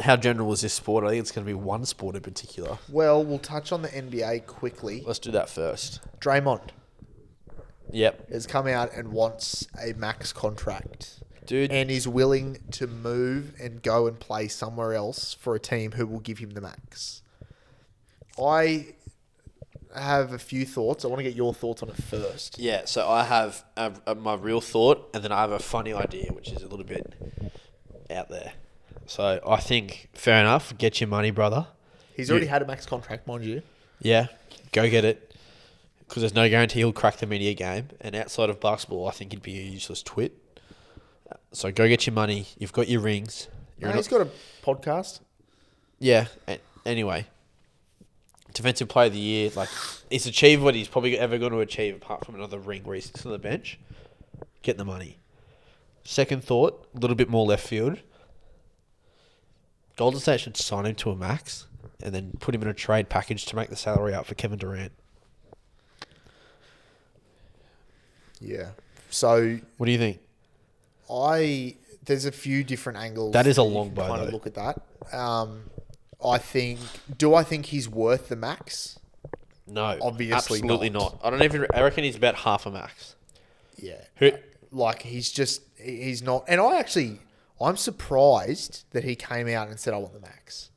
How general is this sport? I think it's going to be one sport in particular.
Well, we'll touch on the NBA quickly.
Let's do that first.
Draymond
Yep,
has come out and wants a max contract
dude.
and is willing to move and go and play somewhere else for a team who will give him the max. I have a few thoughts. I want to get your thoughts on it first.
Yeah, so I have a, a, my real thought, and then I have a funny idea, which is a little bit out there. So I think fair enough. Get your money, brother.
He's already had a max contract, mind you.
Yeah, go get it. Because there's no guarantee he'll crack the media game, and outside of basketball, I think he'd be a useless twit. So go get your money. You've got your rings. You're
No,
an-
he's got a podcast.
Yeah. a- Anyway, defensive player of the year, like he's achieved what he's probably ever going to achieve, apart from another ring where he sits on the bench. Get the money. Second thought, a little bit more left field. Golden State should sign him to a max, and then put him in a trade package to make the salary up for Kevin Durant.
Yeah. So
What do you think?
I there's a few different angles.
That is a
you
long
can
bow,
Kind
though.
of look at that. Um, I think. Do I think he's worth the max?
No,
Obviously
absolutely
not.
not. I don't even. I reckon he's about half a max.
Yeah.
Who?
Like he's just he- he's not. And I actually I'm surprised that he came out and said I want the max.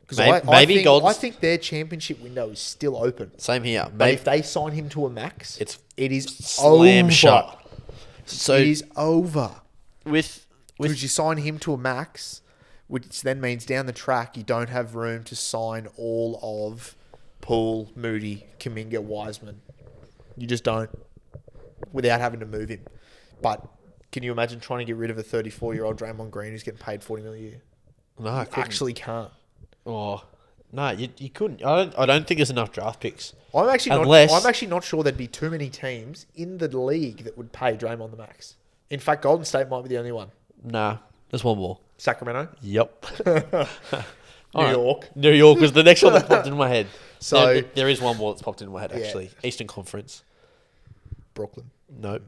Because
May-
I,
maybe
I think,
Golden-
I think their championship window is still open.
Same here.
But
Maybe
if they sign him to a max,
It's
it is
slam
over.
shut. So
It is over.
with with
Because you sign him to a max, which then means down the track you don't have room to sign all of Poole, Moody, Kaminga, Wiseman. You just don't without having to move him. But can you imagine trying to get rid of a 34 year old Draymond Green who's getting paid 40 million a year?
no, I couldn't.
Actually, can't.
Oh no, you, you couldn't. I don't. I don't think there's enough draft picks.
I'm actually
Unless-
not. I'm actually not sure there'd be too many teams in the league that would pay Draymond the max. In fact, Golden State might be the only one.
Nah, there's one more.
Sacramento,
Yep.
New York.
New York was the next one that popped in my head.
So-
There- there is one more that's popped in my head
Yeah.
actually. Eastern Conference.
Brooklyn,
Nope.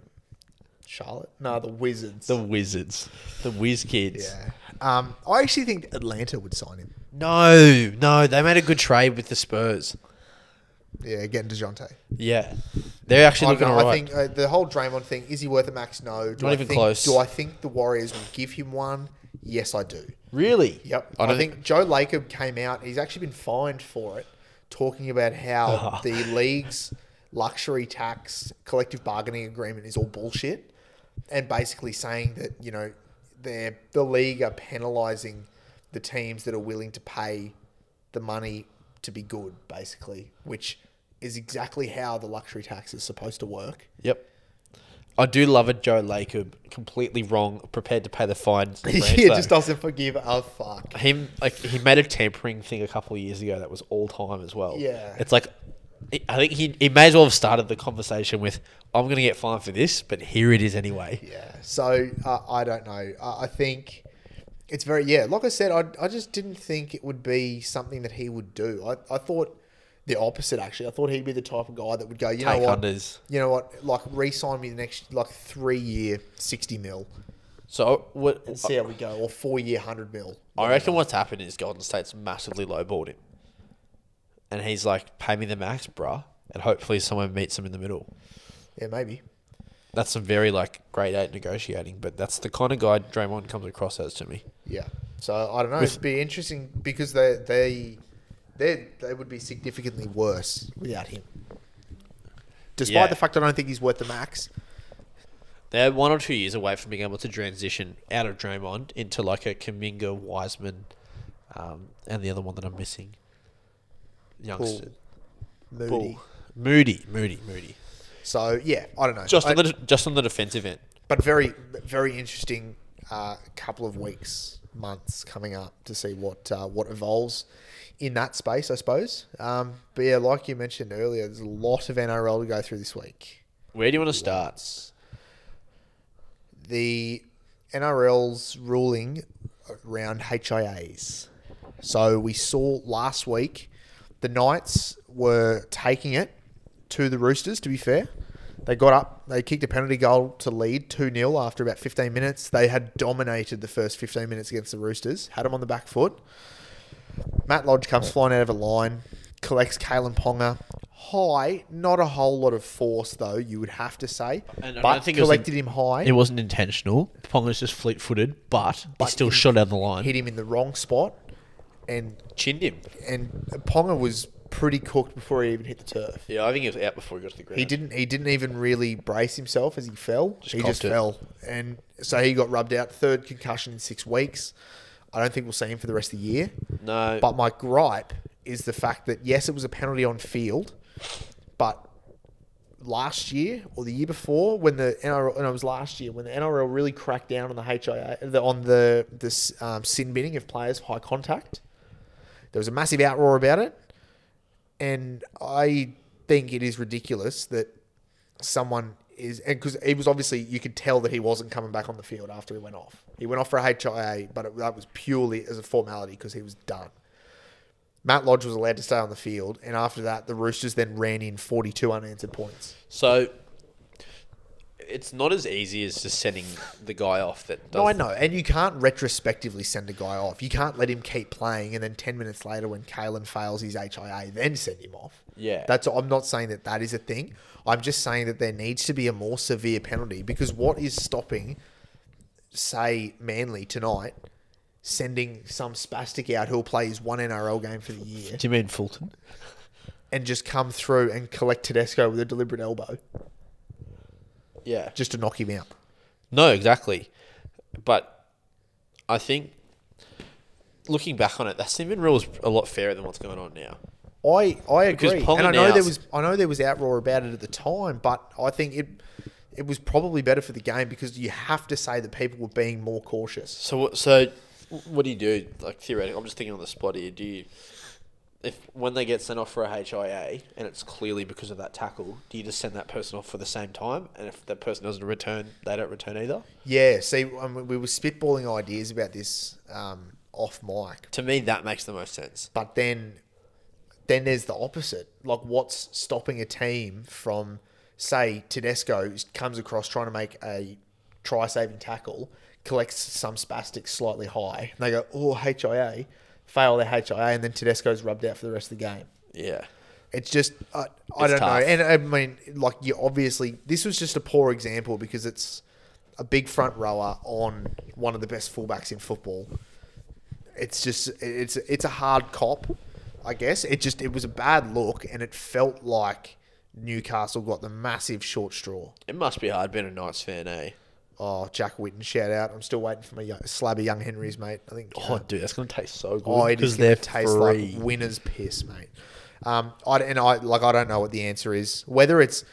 Charlotte. No, the Wizards.
The Wizards. The Whiz Kids.
Yeah. Um, I actually think Atlanta would sign him.
No, no, they made a good trade with the Spurs.
Yeah, getting Dejounte.
Yeah, they're actually
I,
looking
know,
alright.
I think uh, the whole Draymond thing is he worth a max? No. Do
Not
I
even
think,
close.
Do I think the Warriors will give him one? Yes, I do.
really.
Yep.
I
I,
don't
think Joe Lacob came out. He's actually been fined for it, talking about how the league's luxury tax collective bargaining agreement is all bullshit, and basically saying that you know they're, the league are penalising the teams that are willing to pay the money to be good, basically, which is exactly how the luxury tax is supposed to work.
Yep. I do love a Joe Lacob completely wrong, prepared to pay the fine. to the
he
branch, though.
just doesn't forgive a fuck.
him like he made a tampering thing a couple of years ago that was all time as well.
Yeah.
it's like I think he he may as well have started the conversation with I'm gonna get fined for this, but here it is anyway.
Yeah. So uh, I don't know. I, I think it's very yeah. Like I said, I, I just didn't think it would be something that he would do. I, I thought the opposite actually. I thought he'd be the type of guy that would go. You
Take
know what?
unders.
You know what? Like re-sign me the next like three year sixty mil
So what
and see how we go, or four year hundred mil.
I reckon what's happened is Golden State's massively lowballed him. And he's like, pay me the max, bruh. And hopefully someone meets him in the middle.
Yeah, maybe.
That's some very like grade eight negotiating, but that's the kind of guy Draymond comes across as to me.
Yeah. So I don't know. It'd be interesting because they they they they would be significantly worse without him. Despite
Yeah.
the fact that I don't think he's worth the max.
They're one or two years away from being able to transition out of Draymond into like a Kaminga, Wiseman, um, and the other one that I'm missing, youngster
Moody.
Bull. Moody, Moody, Moody.
So yeah, I don't know.
Just
I-
on the just on the defensive end.
but very very interesting uh, couple of weeks months coming up to see what uh, what evolves in that space I suppose um, but yeah like you mentioned earlier there's a lot of NRL to go through this week
Where do you want to start?
the NRL's ruling around HIAs so we saw last week the Knights were taking it to the Roosters to be fair they got up. They kicked a penalty goal to lead 2 0 after about 15 minutes. They had dominated the first 15 minutes against the Roosters, had them on the back foot. Matt Lodge comes flying out of a line, collects Kalen Ponga. High, not a whole lot of force, though, you would have to say.
And I
but
don't think it was
collected
an-
him high,
It wasn't intentional. Ponga's just fleet footed, but, he still shot out the line.
hit him in the wrong spot, and,
chinned him.
and Ponga was pretty cooked before he even hit the turf.
Yeah, I think he was out before he got to the ground.
He didn't. He didn't even really brace himself as he fell. he just
copped it.
fell, and so he got rubbed out. Third concussion in six weeks. I don't think we'll see him for the rest of the year.
No.
But my gripe is the fact that yes, it was a penalty on field, but last year or the year before when the NRL and it was last year when the NRL really cracked down on the HIA the, on the this um, sin binning of players of high contact. There was a massive outroar about it, and I think it is ridiculous that someone is and because he was obviously you could tell that he wasn't coming back on the field after he went off. He went off for a HIA, but it, that was purely as a formality because he was done. Matt Lodge was allowed to stay on the field, and after that, the Roosters then ran in 42 unanswered points.
So it's not as easy as just sending the guy off that does
No, I know. And you can't retrospectively send a guy off. You can't let him keep playing and then 10 minutes later when Kalen fails his HIA, then send him off.
Yeah.
That's I'm not saying that that is a thing. I'm just saying that there needs to be a more severe penalty because what is stopping say Manly tonight sending some spastic out who'll play his one NRL game for the year
Do you mean Fulton?
and just come through and collect Tedesco with a deliberate elbow
Yeah.
just to knock him out.
No, exactly. But I think looking back on it, that Simon rule is a lot fairer than what's going on now.
I I agree,
Because
and
Ponga
I know
now-
there was I know there was outroar about it at the time, but I think it it was probably better for the game because you have to say that people were being more cautious.
So what? So what do you do? Like theoretically, I'm just thinking on the spot here. Do you, if when they get sent off for a HIA and it's clearly because of that tackle, do you just send that person off for the same time? And if that person doesn't return, they don't return either.
Yeah, see, I mean, we were spitballing ideas about this um, off mic,
To me, that makes the most sense.
but then then there's the opposite. Like, what's stopping a team from say Tedesco comes across trying to make a try saving tackle, collects some spastic slightly high, and they go, "Oh, HIA." Fail their HIA and then Tedesco's rubbed out for the rest of the game.
Yeah.
It's just I, I
It's
don't
tough.
know, and I mean, like you obviously this was just a poor example because it's a big front rower on one of the best fullbacks in football. It's just it's it's a hard cop, I guess. It just it was a bad look, and it felt like Newcastle got the massive short straw.
It must be hard being a Knights fan, eh?
Oh, Jack Whitten, shout out! I'm still waiting for my young, slab of young Henrys, mate. I think uh,
Oh, dude, that's gonna taste so good.
Oh, it is
they
going to taste like winner's piss, mate. Um, I, and I like I don't know what the answer is. Whether it's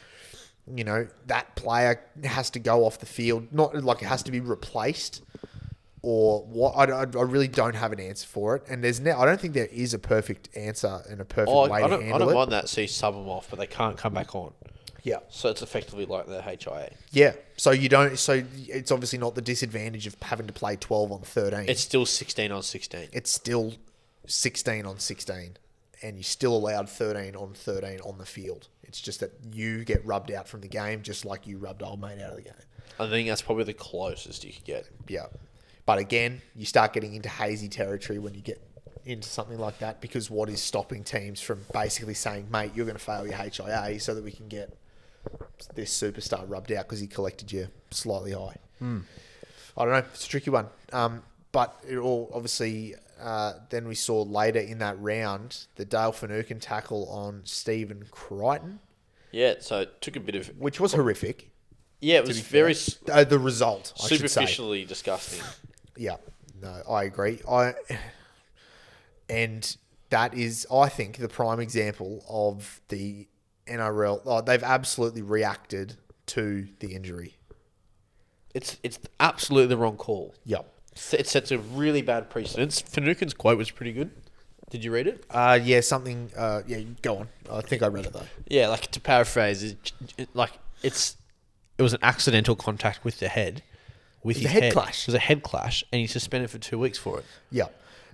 you know that player has to go off the field, not like it has to be replaced, or what. I, don't- I really don't have an answer for it. And there's no, I don't think there is a perfect answer and a perfect
Oh,
way
I
to
don't,
handle
I don't
it.
mind that. So you sub them off, but they can't come back on.
Yeah,
So it's effectively like the HIA.
yeah. So you don't. So it's obviously not the disadvantage of having to play twelve on thirteen.
It's still sixteen on sixteen.
it's still 16 on 16 and you still allowed 13 on 13 on the field. It's just that you get rubbed out from the game just like you rubbed old mate out of the game.
I think that's probably the closest you could get.
Yeah. But again, you start getting into hazy territory when you get into something like that because what is stopping teams from basically saying, mate, you're going to fail your HIA so that we can get this superstar rubbed out because he collected you slightly high? I don't know. It's a tricky one. Um, but it all obviously. Uh, then we saw later in that round the Dale Finucane tackle on Stephen Crichton,
Yeah, so it took a bit of.
which was horrific.
Yeah, it was very s-
s- uh, the result. I should say.
superficially disgusting.
Yeah, no, I agree. I and that is, I think, the prime example of the NRL. Oh, they've absolutely reacted to the injury.
It's it's absolutely the wrong call.
Yep.
S- It sets a really bad precedence. Finucane's quote was pretty good. Did you read it?
Uh, yeah, something. Uh, yeah, go on. I think I read it though.
Yeah, like to paraphrase, it, it, like it's it was an accidental contact with the head, with
was
his
a head clash.
It was a head clash, and he's suspended for two weeks for it.
Yeah.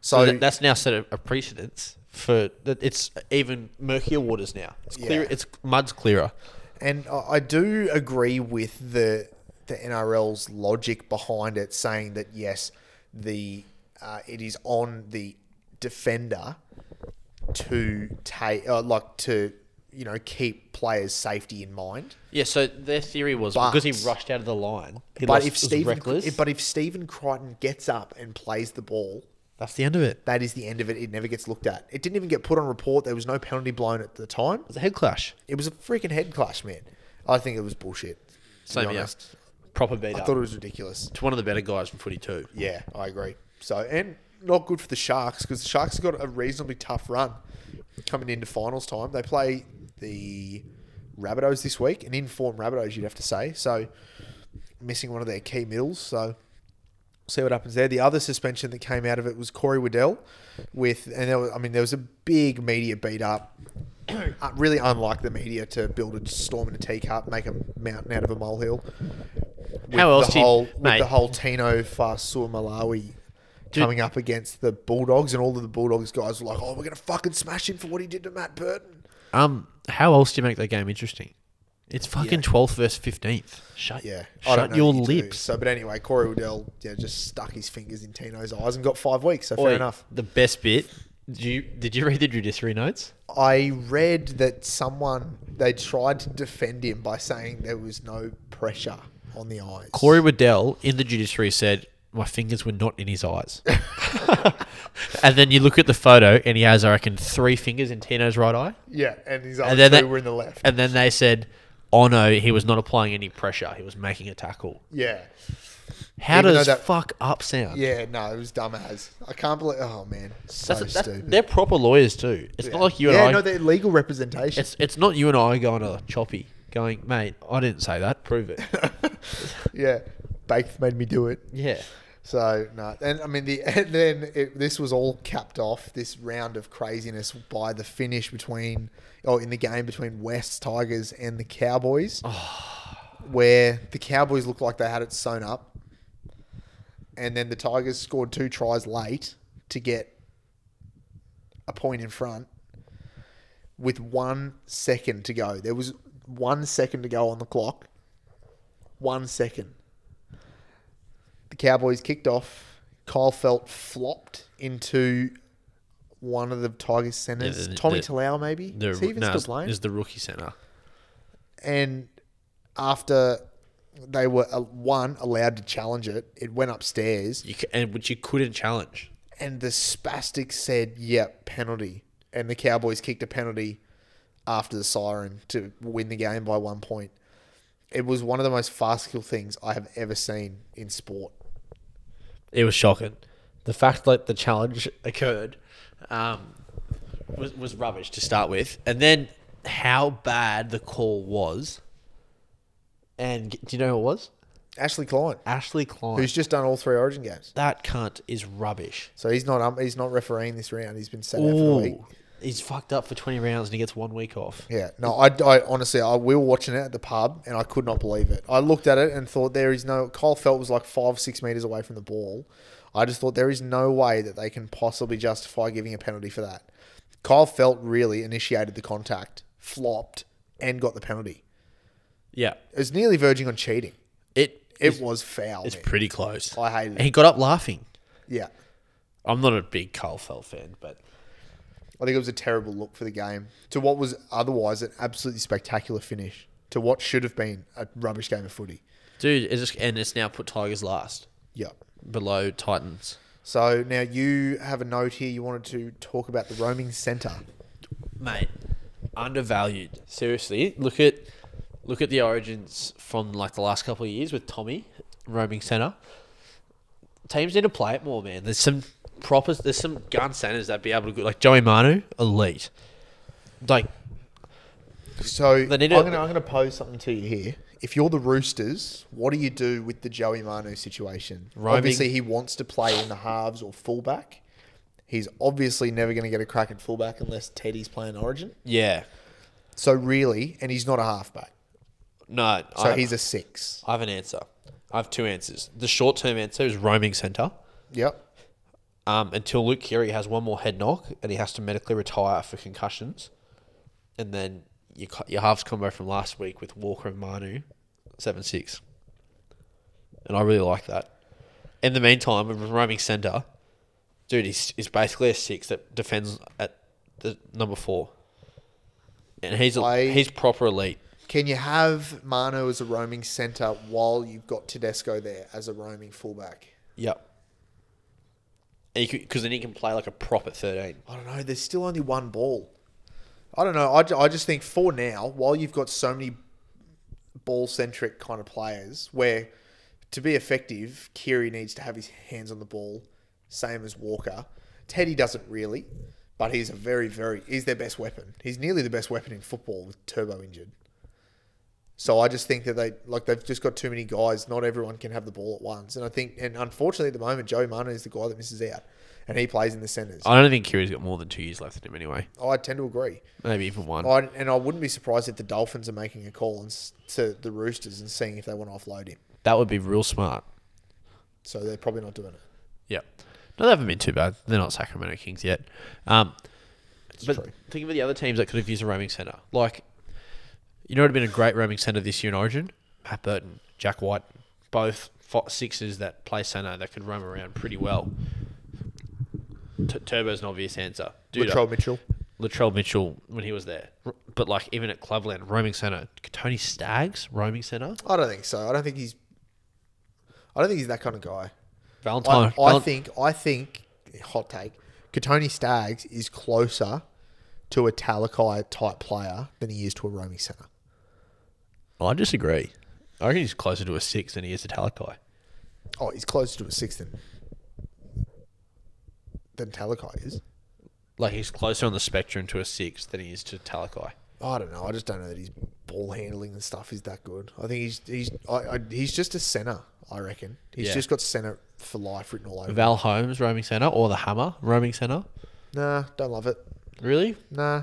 So
So
that, that's now set a, a precedence for that. It's even murkier waters now. It's clear.
Yeah.
It's mud's clearer.
And I I do agree with the the NRL's logic behind it, saying that yes, the uh, it is on the defender to take uh, like to you know keep players' safety in mind.
Yeah. So their theory was
But-
because he rushed out of the line. He
but
lost-
if
was
Stephen,
reckless,
but if Stephen Crichton gets up and plays the ball,
that's the end of it.
that is the end of it. It never gets looked at. It didn't even get put on report. There was no penalty blown at the time.
It was a head clash.
It was a freaking head clash, man. I think it was bullshit. To
Same
be
here.
honest,
Proper beat
I
up.
thought it was ridiculous.
It's one of the better guys from footy too.
Yeah, I agree. So and not good for the Sharks because the Sharks have got a reasonably tough run coming into finals time. They play the Rabbitohs this week, an informed Rabbitohs, you'd have to say. So missing one of their key middles. So see what happens there. The other suspension that came out of it was Corey Waddell with, and there was, I mean, there was a big media beat up. Uh, really unlike the media to build a storm in a teacup, make a mountain out of a molehill. With
How else do
the
you-
whole, with
mate.
the whole Tino Fasua Malawi coming up against the Bulldogs, and all of the Bulldogs guys were like, "Oh, we're gonna fucking smash him for what he did to Matt Burton."
Um, how else do you make that game interesting? It's fucking twelfth versus fifteenth. Shut
Yeah, I don't
Shut
know
your
if you do.
lips.
So, but anyway, Corey Waddell yeah, just stuck his fingers in Tino's eyes and got five weeks. So
Oi,
fair enough.
The best bit. Did you did you read the judiciary notes?
I read that someone they tried to defend him by saying there was no pressure on the eyes.
Corey Waddell in the judiciary said my fingers were not in his eyes. and then you look at the photo and he has, I reckon, three fingers in Tino's right eye.
yeah, and his
And
other
then
two
they-
were in the left.
And then they said, Oh no, he was not applying any pressure. He was making a tackle.
yeah,
How
Even though
does
that-
fuck up sound?
yeah, no, it was dumb as. I can't believe. Oh man, so
That's, that's-
stupid.
they're proper lawyers too. It's not like you and
yeah,
I.
no, they're legal representation.
It's it's not you and I going to Choppy going, mate. I didn't say that. Prove it.
yeah, Baked made me do it.
yeah.
So no, and I mean the and then it, this was all capped off this round of craziness by the finish between oh in the game between West Tigers and the Cowboys, where the Cowboys looked like they had it sewn up, and then the Tigers scored two tries late to get a point in front with one second to go. There was one second to go on the clock. One second. The Cowboys kicked off. Kyle Felt flopped into one of the Tigers centres.
Yeah, the-
Tommy
the-
Talau, maybe?
The,
is he even
no,
still
it's-
playing?
it's the rookie center.
and after they were uh, one allowed to challenge it, it went upstairs,
You c and which you couldn't challenge.
and the spastic said, "Yep, penalty." And the Cowboys kicked a penalty after the siren to win the game by one point. It was one of the most farcical things I have ever seen in sport.
It was shocking. The fact that the challenge occurred um, was was rubbish to start with, and then how bad the call was. And g- do you know who it was?
Ashley Klein,
Ashley Klein.
who's just done all three Origin games,
that cunt is rubbish.
so he's not um, he's not refereeing this round. He's been set out for the week.
Ooh, he's fucked up for twenty rounds and he gets one week off.
Yeah, no, I, I honestly, I, we were watching it at the pub and I could not believe it. I looked at it and thought there is no. Kyle Felt was like five, six meters away from the ball. I just thought there is no way that they can possibly justify giving a penalty for that. Kyle Felt really initiated the contact, flopped, and got the penalty.
Yeah,
It was nearly verging on cheating.
it
It was foul.
It's
man.
pretty close.
I hated
And he got up laughing.
Yeah.
I'm not a big Cole Felt fan, but
I think it was a terrible look for the game to what was otherwise an absolutely spectacular finish to what should have been a rubbish game of footy.
dude, it's just, and it's now put Tigers last
Yeah.
below Titans.
So now you have a note here. You wanted to talk about the roaming centre.
mate, undervalued. Seriously, look at look at the origins from like the last couple of years with Tommy roaming center. Teams need to play it more, man. There's some proper, there's some gun centers that be able to go, like Joey Manu, elite. Like
So
They need
I'm
to-
going to I'm gonna pose something to you here. If you're the Roosters, what do you do with the Joey Manu situation?
Roaming.
Obviously, he wants to play in the halves or fullback. He's obviously never going to get a crack at fullback unless Teddy's playing Origin.
yeah,
So really, and he's not a halfback.
no.
So
I,
he's a six.
I have an answer. I have two answers. The short term answer is roaming center.
Yep.
um, until Luke Keary has one more head knock and he has to medically retire for concussions. And then your, co- your halves combo from last week with Walker and Manu, 7 6. And I really like that. In the meantime, with roaming centre, dude, he's, he's basically a 6 that defends at the number 4. And he's, a,
I-
he's proper elite.
Can you have Manu as a roaming centre while you've got Tedesco there as a roaming fullback?
Yep. Because then he can play like a prop at 13.
I don't know. There's still only one ball. I don't know. I, ju- I just think for now, while you've got so many ball centric kind of players, where to be effective, Kiri needs to have his hands on the ball, same as Walker. Teddy doesn't really, but he's a very, very, he's their best weapon. He's nearly the best weapon in football with Turbo injured. So I just think that they like they've just got too many guys. Not everyone can have the ball at once, and I think and unfortunately at the moment Joey Manu is the guy that misses out, and he plays in the centres.
I don't think Keary's got more than two years left in him anyway.
I tend to agree.
Maybe even one.
I, and I wouldn't be surprised if the Dolphins are making a call and, s- to the Roosters and seeing if they want to offload him.
That would be real smart.
So they're probably not doing it.
Yep. No, they haven't been too bad. They're not Sacramento Kings yet. Um, but
true.
think about the other teams that could have used a roaming centre. Like, you know what would have been a great roaming centre this year in Origin? Matt Burton, Jack White, both fo- sixes that play centre that could roam around pretty well. T- Turbo's an obvious answer. Dude, uh,
Latrell Mitchell.
Latrell Mitchell when he was there. R- But, like, even at Clubland, roaming centre. Tony Staggs, roaming centre.
I don't think so. I don't think he's. I don't think he's that kind of guy.
Valentine.
I, I
Valen-
think. I think. Hot take. Katoni Staggs is closer to a Talakai type player than he is to a roaming centre.
I disagree. I reckon he's closer to a six than he is to Talakai.
Oh, he's closer to a six than than Talakai is.
Like he's closer on the spectrum to a six than he is to Talakai.
I don't know. I just don't know that his ball handling and stuff is that good. I think he's he's I, I, he's just a center. I reckon he's
Yeah.
just got center for life written all over. him.
Val Holmes, roaming centre, or the Hammer, roaming centre.
nah, don't love it.
Really?
Nah.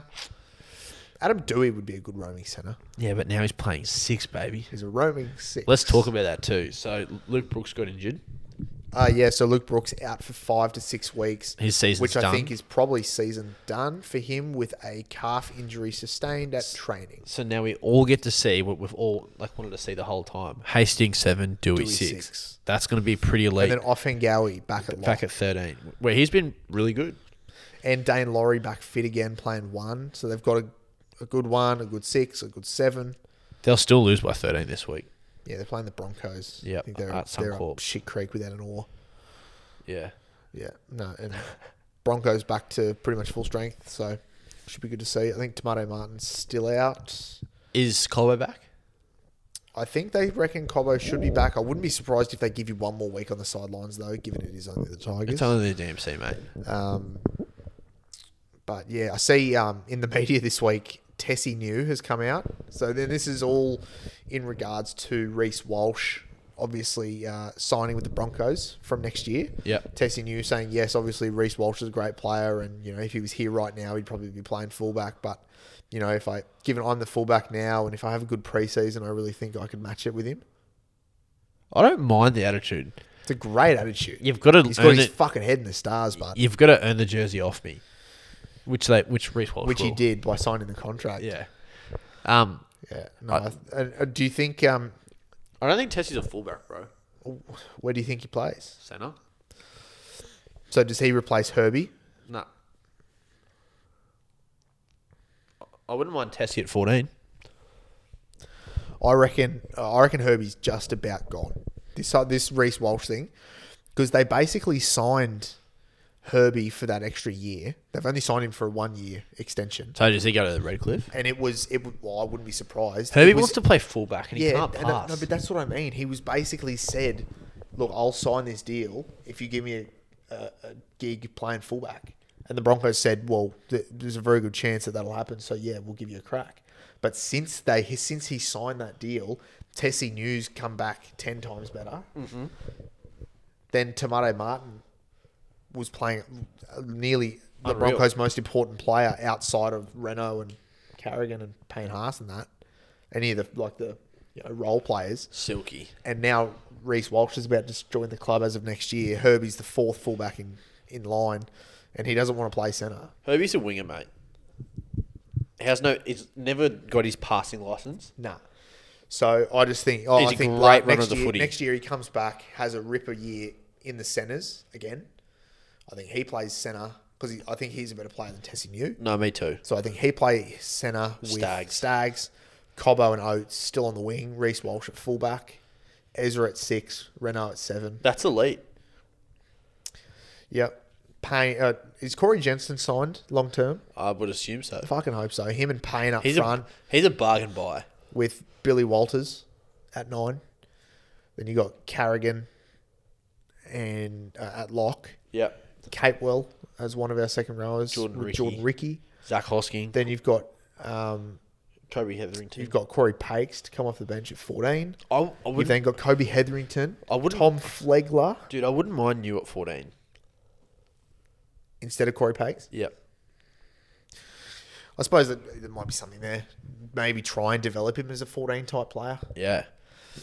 Adam Dewey would be a good roaming center.
Yeah, but now he's playing six, baby.
He's a roaming six.
Let's talk about that too. So Luke Brooks got injured.
Uh, yeah, so Luke Brooks out for five to six weeks.
His season's
which I
done.
think is probably season done for him with a calf injury sustained at training.
So now we all get to see what we've all like wanted to see the whole time. Hastings seven, Dewey,
Dewey
six.
six.
That's going to be pretty elite.
And then Offengawi back at lock.
Back at thirteen, where he's been really good.
and Dane Laurie back fit again playing one. So they've got a, a good one, a good six, a good seven.
They'll still lose by thirteen this week.
Yeah, they're playing the Broncos.
Yep,
I think they're,
at
they're
Suncorp.
up shit creek without an oar.
Yeah.
Yeah, no, and Broncos back to pretty much full strength. So should be good to see. I think Tomato Martin's still out.
Is Colbo back?
I think they reckon Cobo should be back. I wouldn't be surprised if they give you one more week on the sidelines though, given it is only the Tigers.
It's only the DMC, mate.
Um, but yeah, I see um, in the media this week, Tessie New has come out. So then this is all in regards to Reese Walsh, obviously uh, signing with the Broncos from next year.
Yep.
Tessie New saying, yes, obviously Reese Walsh is a great player. And, you know, if he was here right now, he'd probably be playing fullback. But, you know, if I, given I'm the fullback now and if I have a good preseason, I really think I could match it with him.
I don't mind the attitude.
It's a great attitude.
You've got to
He's
earn
got his
it.
fucking head in the stars, but
You've got to earn the jersey off me, which they which Reece Walsh
which he
will.
did by signing the contract.
Yeah. Um,
Yeah. No, I, and, uh, do you think? Um,
I don't think Tessie's a fullback, bro.
where do you think he plays?
Center.
So does he replace Herbie?
No. I wouldn't mind testing at 14.
I reckon. I reckon Herbie's just about gone. This uh, this Reese Walsh thing, because they basically signed Herbie for that extra year. They've only signed him for a one year extension,
So does he go to the Redcliffe?
and it was it. would- Well, I wouldn't be surprised.
Herbie
It was-
wants to play fullback and uh, he
Yeah,
can't
and that-
pass.
no, but that's what I mean. He was basically said, "Look, I'll sign this deal if you give me a, a, a gig playing fullback." And the Broncos said, "Well, th- there's a very good chance that that'll happen, so yeah, we'll give you a crack." But since they he- since he signed that deal, Tessie News come back ten times better.
Hmm.
Then Tomato Martin was playing uh, nearly the
Unreal.
Broncos' most important player outside of Renault and Carrigan and Payne Haas and that. Any of the like the you know, role players.
Silky.
And now Reese Walsh is about to join the club as of next year. Herbie's the fourth fullback in, in line, and he doesn't want to play centre.
Herbie's a winger, mate. He has no. He's never got his passing license.
Nah. So I just think oh,
He's
I
a
think
great
like,
runner
next,
of the
year,
footy.
next year he comes back, has a ripper year in the centres again. I think he plays centre because I think he's a better player than Tessie New.
No, me too.
So I think he play centre with
Stags.
Stags. Cobbo and Oates still on the wing, Reese Walsh at fullback, Ezra at six, Renault at seven.
That's elite.
Yep. Payne, uh, is Corey Jensen signed long term?
I would assume so.
Fucking hope so. Him and Payne up
He's
front
a he's a bargain buy.
with Billy Walters at nine. Then you got Carrigan and uh, at lock.
Yep.
Capewell as one of our second rowers.
Jordan
with
Rickey.
Jordan Ricky.
Zach Hosking,
Then you've got um,
Kobe
you've
Hetherington.
got Corey Pakes to come off the bench at fourteen.
I, I
You've
wouldn't,
then got Kobe Hetherington,
I wouldn't-
Tom Flegler
dude. I wouldn't mind you at fourteen.
instead of Corey Pakes.
Yep.
I suppose that there might be something there. Maybe try and develop him as a 14 type player.
Yeah.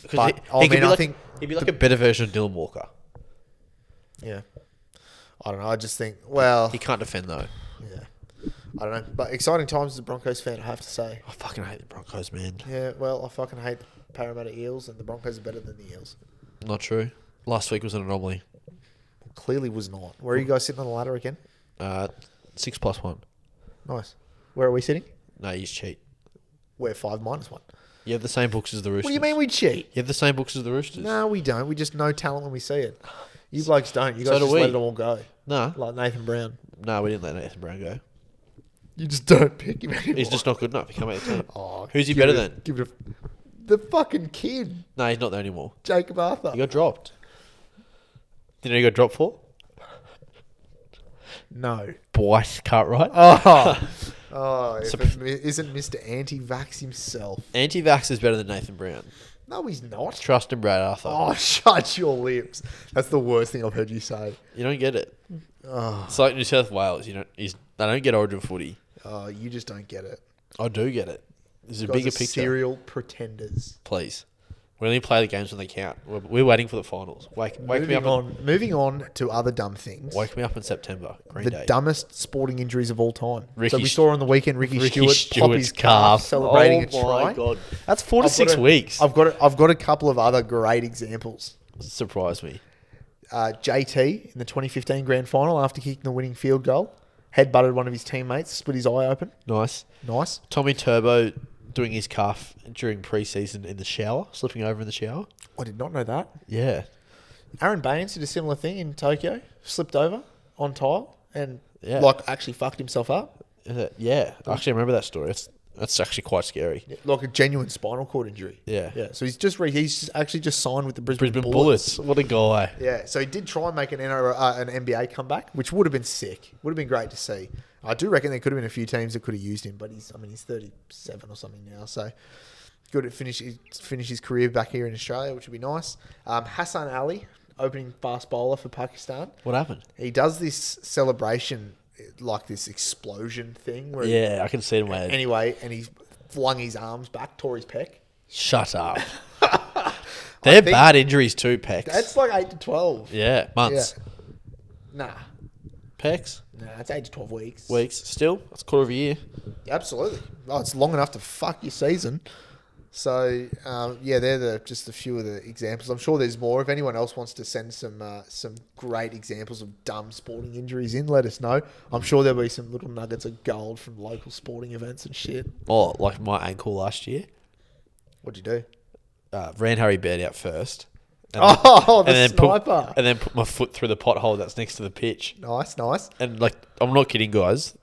Because
But,
he,
I
he could
mean,
be
I
like,
think
he'd be like a better version of Dylan Walker.
Yeah. I don't know. I just think, well,
He can't defend though.
yeah. I don't know. But exciting times as a Broncos fan, I have to say.
I fucking hate the Broncos, man.
Yeah, well, I fucking hate the Parramatta Eels, and the Broncos are better than the Eels.
Not true. Last week was an anomaly.
Clearly was not. Where are you guys sitting on the ladder again?
Uh, six plus one.
Nice. Where are we sitting?
No, you cheat.
We're five minus one.
You have the same books as the Roosters.
What do you mean we cheat?
You have the same books as the Roosters.
No, we don't. We just know talent when we see it. You blokes don't. You
So
guys
do
just let
we.
it all go.
No,
Like Nathan Brown.
no, we didn't let Nathan Brown go.
You just don't pick him anymore.
He's just not good enough. He can't make the team.
Oh,
Who's he
give
better
it a-
than?
Give it a, the fucking kid,
No, he's not there anymore.
Jacob Arthur.
He got dropped. You know who he got dropped for?
no.
Bryce Cartwright.
Oh, oh if it mi- isn't Mr. Anti-Vax himself?
Anti-vax is better than Nathan Brown.
No, he's not.
Trust in Brad Arthur.
Oh, shut your lips. That's the worst thing I've heard you say.
You don't get it. It's like New South Wales. You don't. Is they don't get Origin footy.
Oh, you just don't get it.
I do get it. There's a
Guys
bigger
are
picture.
Serial pretenders.
Please, we only play the games when they count. We're, we're waiting for the finals. Wake, wake me
Moving
up. In,
on. Moving on to other dumb things.
wake me up in September. Green
the
Day.
dumbest sporting injuries of all time. so
Ricky
we
Sh-
saw on the weekend Ricky,
Ricky
Stewart pop
Stewart's
his calf,
calf.
celebrating
Oh
a
my
try.
God.
That's four
to six weeks.
I've got a, I've got a couple of other great examples.
Surprise me.
Uh, JT in the 2015 grand final after kicking the winning field goal, headbutted one of his teammates, split his eye open.
Nice.
Nice.
Tommy Turbo doing his calf during preseason in the shower, slipping over in the shower.
I did not know that.
Yeah.
Aaron Baines did a similar thing in Tokyo, slipped over on tile and
Yeah.
like actually fucked himself up.
Is it- Yeah. I actually remember that story. It's, that's actually quite scary.
Like a genuine spinal cord injury.
Yeah.
Yeah. So he's just re- he's actually just signed with the Brisbane,
Brisbane
Bullets.
Bullets. What a guy.
Yeah, so he did try and make an NRL, uh, an NBA comeback, which would have been sick. Would have been great to see. I do reckon there could have been a few teams that could have used him, but he's I mean he's 37 or something now, so good to finish his- finish his career back here in Australia, which would be nice. Um, Hassan Ali, opening fast bowler for Pakistan,
What happened?
he does this celebration like this explosion thing where he-
Yeah, I can see it in my head.
anyway, and he flung his arms back, tore his pec.
Shut up. They're
think-
bad injuries too, Pex.
That's like eight to 12.
yeah, months.
Yeah. Nah,
Pex,
nah, it's eight to 12 weeks.
weeks. Still, that's quarter of a year.
Absolutely. Oh, it's long enough to fuck your season. So um, yeah, they're the, just a few of the examples. I'm sure there's more. If anyone else wants to send some uh, some great examples of dumb sporting injuries in, let us know. I'm sure there'll be some little nuggets of gold from local sporting events and shit.
Oh, like my ankle last year.
What'd you do?
Uh, ran Harry Baird out first. And
Oh, the
put-
sniper.
and then put my foot through the pothole that's next to the pitch.
Nice, nice.
and like I'm not kidding, guys.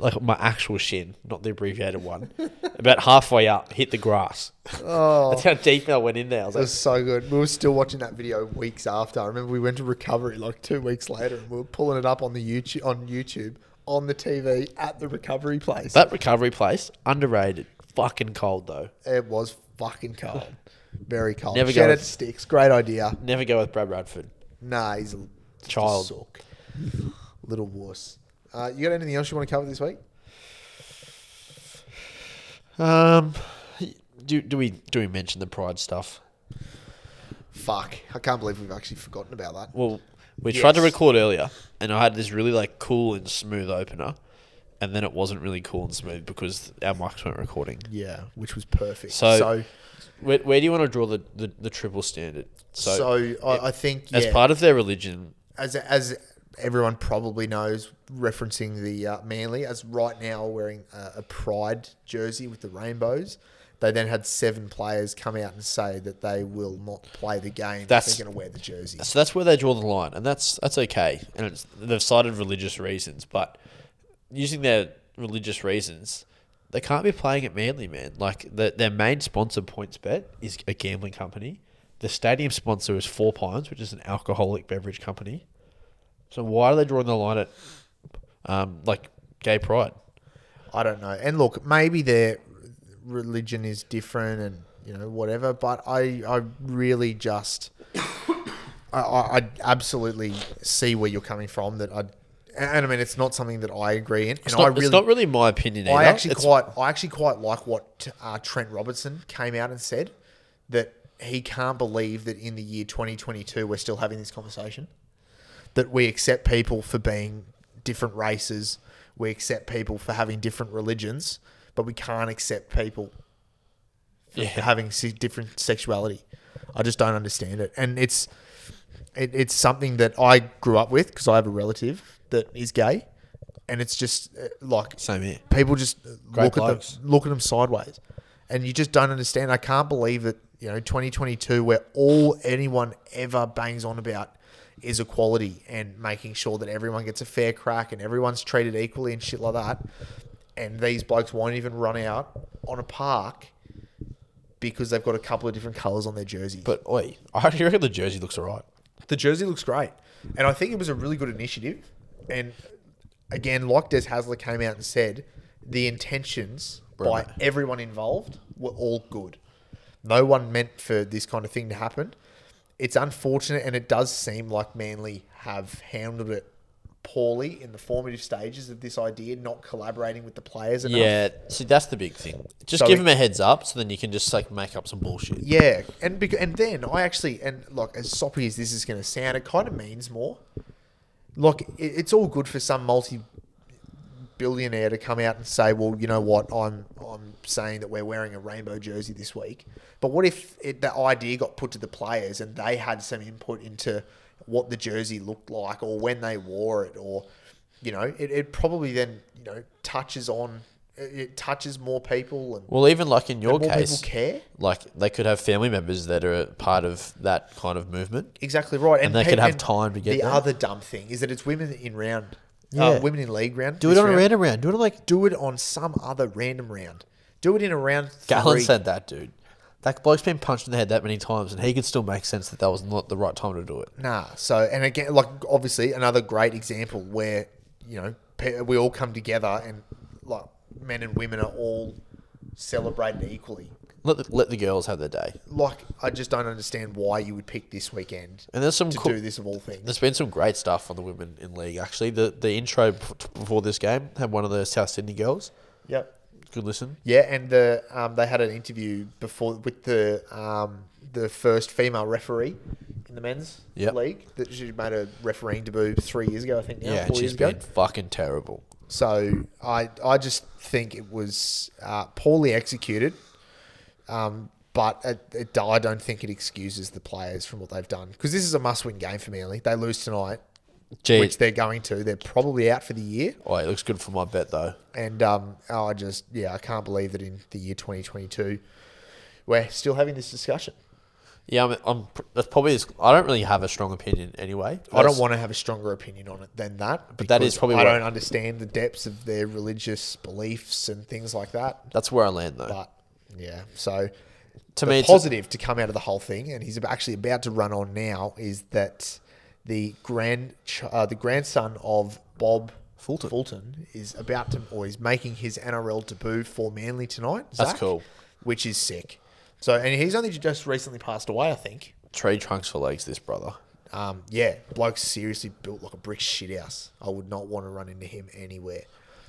Like my actual shin, not the abbreviated one. about halfway up, hit the grass.
Oh,
That's how deep I went in there. I was
It
like,
was so good. We were still watching that video weeks after. I remember we went to recovery like two weeks later, and we were pulling it up on the YouTube on YouTube on the TV at the recovery place.
that recovery place underrated. Fucking cold though.
it was fucking cold, very cold.
Never
Shout
go-
out to Sticks. Great idea.
Never go with Brad Radford.
Nah, he's a
Child.
just a sook. little wuss. Uh, you got anything else you want to cover this week?
Um, do do we do we mention the pride stuff?
Fuck, I can't believe we've actually forgotten about that.
Well, we tried to
Yes.
record earlier, and I had this really like cool and smooth opener, and then it wasn't really cool and smooth because our mics weren't recording.
Yeah, which was perfect.
So-
so,
Where, where do you want to draw the, the, the triple standard?
so, I, I think
as
yeah.
part of their religion,
as as everyone probably knows, referencing the uh, Manly as right now wearing a, a pride jersey with the rainbows. They then had seven players come out and say that they will not play the game. if
That's-
they're going to wear the jersey.
so that's where they draw the line, and that's that's okay. And it's, they've cited religious reasons, but using their religious reasons, they can't be playing at Manly, man. Like the, their main sponsor, PointsBet, is a gambling company. The stadium sponsor is Four Pines, which is an alcoholic beverage company. So why are they drawing the line at um, like gay pride?
I don't know. And look, maybe their religion is different, and you know whatever. But I I really just I, I, I absolutely see where you're coming from. That I and I mean it's not something that I agree in, and
It's, not,
I really
it's not really my opinion. Either.
I actually
It's-
quite, I actually quite like what uh, Trent Robertson came out and said that he can't believe that in the year 2022 we're still having this conversation, that we accept people for being different races, we accept people for having different religions, but we can't accept people for
Yeah.
having se- different sexuality. I just don't understand it, and it's it, it's something that I grew up with because I have a relative that is gay, and it's just uh, like
same here.
people just uh,
Great
look at
blokes.
them, look at them sideways, and you just don't understand. I can't believe that you know 2022, where all anyone ever bangs on about is equality and making sure that everyone gets a fair crack and everyone's treated equally and shit like that, and these blokes won't even run out on a park because they've got a couple of different colours on their jerseys.
But oi, I actually reckon the jersey looks alright.
The jersey looks great, and I think it was a really good initiative. And again, like Des Hasler came out and said, the intentions by
Right.
everyone involved were all good. No one meant for this kind of thing to happen. It's unfortunate, and it does seem like Manly have handled it poorly in the formative stages of this idea, not collaborating with the players enough.
Yeah, see, that's the big thing. Just
So
give
it-
them a heads up, so then you can just like make up some bullshit.
Yeah, and bec- and then I actually and like as soppy as this is going to sound, it kind of means more. Look, it, it's all good for some multi-billionaire to come out and say, "Well, you know what? I'm I'm saying that we're wearing a rainbow jersey this week." But what if it, the idea got put to the players and they had some input into what the jersey looked like or when they wore it or you know, it, it probably then, you know, touches on it, it touches more people and
Well, even like in your
more
case,
people care.
like they could have family members that are part of that kind of movement.
Exactly right, and,
they
pe-
could have
and
time to get
The
there.
other dumb thing is that it's women in round,
Yeah.
uh, women in league round.
Do it
this
on a
round.
random round. Do it on like
Do it on some other random round. Do it in a round three.
Gallon said that dude. That bloke's been punched in the head that many times, and he could still make sense that that was not the right time to do it.
Nah. So, and again, like obviously another great example where you know pe- we all come together and like men and women are all celebrated equally.
Let the, let the girls have their day.
Like I just don't understand why you would pick this weekend
And there's some
to
cool,
do this of all things.
There's been some great stuff on the women in league actually. The the intro bef- before this game had one of the South Sydney girls.
Yep.
Good listen.
Yeah, and the um, they had an interview before with the um, the first female referee in the men's
Yep.
league that she made a refereeing debut three years ago, I think. Now,
Yeah,
four
she's
years ago.
been fucking terrible.
So I I just think it was uh, poorly executed. Um, but it, it, I don't think it excuses the players from what they've done because this is a must-win game for Manly. They lose tonight,
Gee,
which they're going to. They're probably out for the year.
oh, it looks good for my bet though.
And um, oh, I just yeah, I can't believe that in the year 2022 we're still having this discussion.
Yeah, I'm. I'm pr- that's probably. As, I don't really have a strong opinion anyway.
I don't want to have a stronger opinion on it than that. But
that is probably
I
what-
don't understand the depths of their religious beliefs and things like that.
That's where I land though.
But yeah, so
To
the
me, it's a-
positive to come out of the whole thing, and he's ab- actually about to run on now, is that the grand ch- uh, the grandson of Bob Fulton Fulton is about to or is making his NRL debut for Manly tonight.
That's
Zach,
cool.
Which is sick. So and he's only just recently passed away, I think.
tree trunks for legs. This brother.
Um, yeah, bloke's seriously built like a brick shit house. I would not want to run into him anywhere.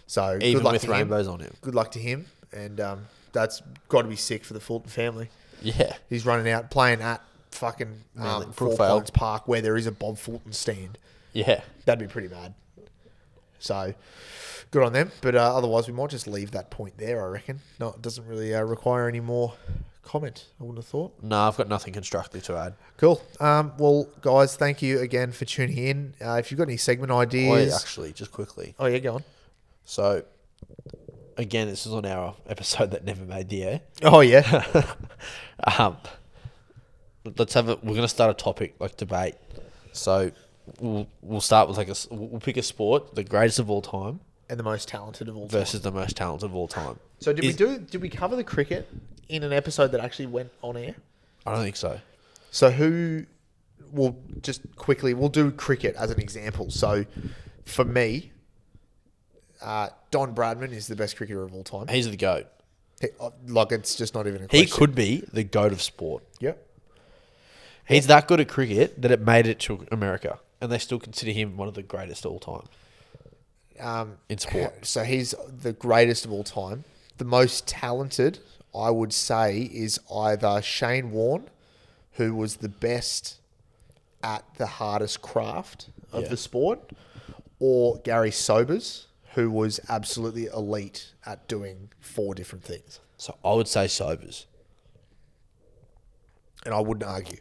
So
Even
good luck
with
to
rainbows
him.
on him.
Good luck to him, and um, that's got to be sick for the Fulton family.
Yeah.
He's running out playing at fucking
Manly-
um, Four
Brookvale.
Points Park where there is a Bob Fulton stand.
Yeah.
That'd be pretty bad. So good on them. But uh, otherwise, we might just leave that point there. I reckon. No, it doesn't really uh, require any more comment. I wouldn't have thought.
No, I've got nothing constructive to add.
Cool. Um, well, guys, thank you again for tuning in. Uh, if you've got any segment
Wait,
ideas,
actually, just quickly.
oh yeah, go on.
So, again, this is on our episode that never made the air.
Oh yeah,
um, let's have it. We're gonna start a topic like debate. So we'll we'll start with like a s- we'll pick a sport, the greatest of all time
and the most talented of all time.
versus the most talented of all time.
So did we
Is-
do? Did we cover the cricket in an episode that actually went on air?
I don't think so.
So who will just quickly we'll do cricket as an example. So for me, uh, Don Bradman is the best cricketer of all time.
He's the goat.
He- uh, like it's just not even a
He
question.
could be the goat of sport.
Yep.
He's that good at cricket that it made it to America, and they still consider him one of the greatest of all time
Um,
in sport.
so he's the greatest of all time. The most talented, I would say, is either Shane Warne, who was the best at the hardest craft of
Yeah.
the sport, or Gary Sobers, who was absolutely elite at doing four different things.
So I would say Sobers
And I wouldn't argue.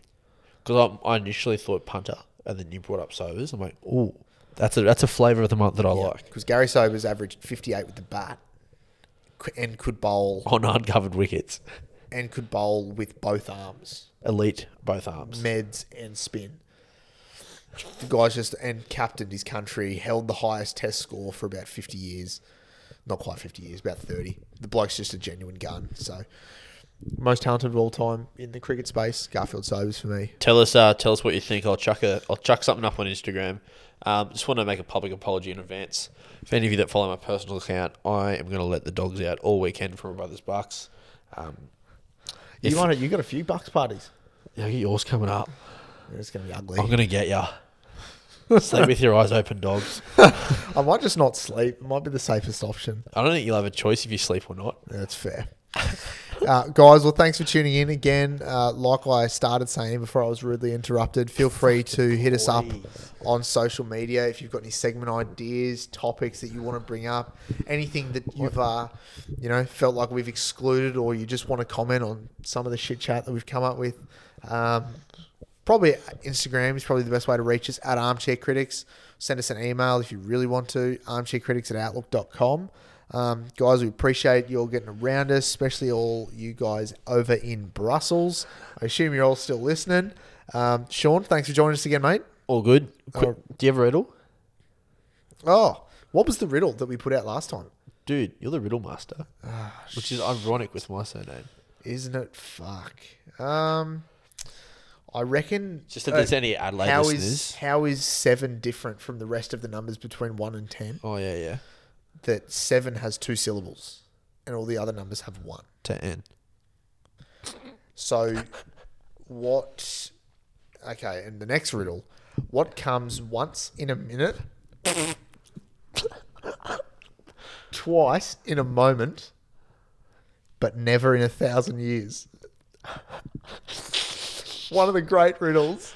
because I, I initially thought punter, and then you brought up Sobers. I'm like, ooh, that's a that's a flavor of the month that I like.
Because Gary Sobers averaged 58 with the bat c- and could bowl
on uncovered wickets.
and could bowl with both arms.
Elite, both arms.
meds and spin. The guy's just and captained his country, held the highest test score for about fifty years. Not quite fifty years, about thirty. The bloke's just a genuine gun. So most talented of all time in the cricket space, Garfield Sobers for me.
Tell us, uh, tell us what you think. I'll chuck a, I'll chuck something up on Instagram. Um, just want to make a public apology in advance. For any of you that follow my personal account, I am going to let the dogs out all weekend for my brother's bucks. Um, if,
you want it? You got a few bucks parties.
Yeah, I get yours coming up.
It's gonna be ugly.
I'm going to get ya. Sleep with your eyes open, dogs.
I might just not sleep. It might be the safest option.
I don't think you'll have a choice if you sleep or not.
That's fair. Uh, guys, well, thanks for tuning in again. Uh, like I started saying before I was rudely interrupted, feel free to hit us up on social media if you've got any segment ideas, topics that you want to bring up, anything that you've, uh, you know, felt like we've excluded or you just want to comment on some of the shit chat that we've come up with. Um, probably Instagram is probably the best way to reach us at Armchair Critics. Send us an email if you really want to, armchaircritics at outlook.com. Um, guys, we appreciate you all getting around us, especially all you guys over in Brussels. I assume you're all still listening. Um, Sean, thanks for joining us again, mate.
All good. Quick,
Uh,
do you have a riddle?
Oh, what was the riddle that we put out last time?
Dude, you're the riddle master,
Ah,
which is ironic with my surname.
Isn't it fuck? Um, I reckon. uh,
Just if there's any Adelaide
how
listeners.
is how is seven different from the rest of the numbers between one and ten?
Oh yeah, yeah.
that seven has two syllables and all the other numbers have one.
To N.
So, what. Okay, and the next riddle. What comes once in a minute, twice in a moment, but never in a thousand years? One of the great riddles.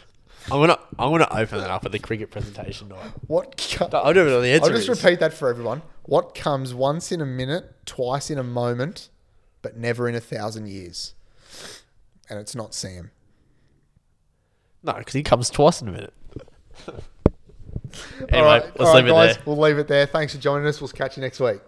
I'm gonna I'm gonna open that up at the cricket presentation night.
What co-
I don't know the answer.
I'll just repeat that for everyone. What comes once in a minute, twice in a moment, but never in a thousand years? and it's not Sam.
No, because he comes twice in a minute. anyway,
All right,
let's
all right,
leave it
guys,
there.
We'll leave it there. Thanks for joining us. We'll catch you next week.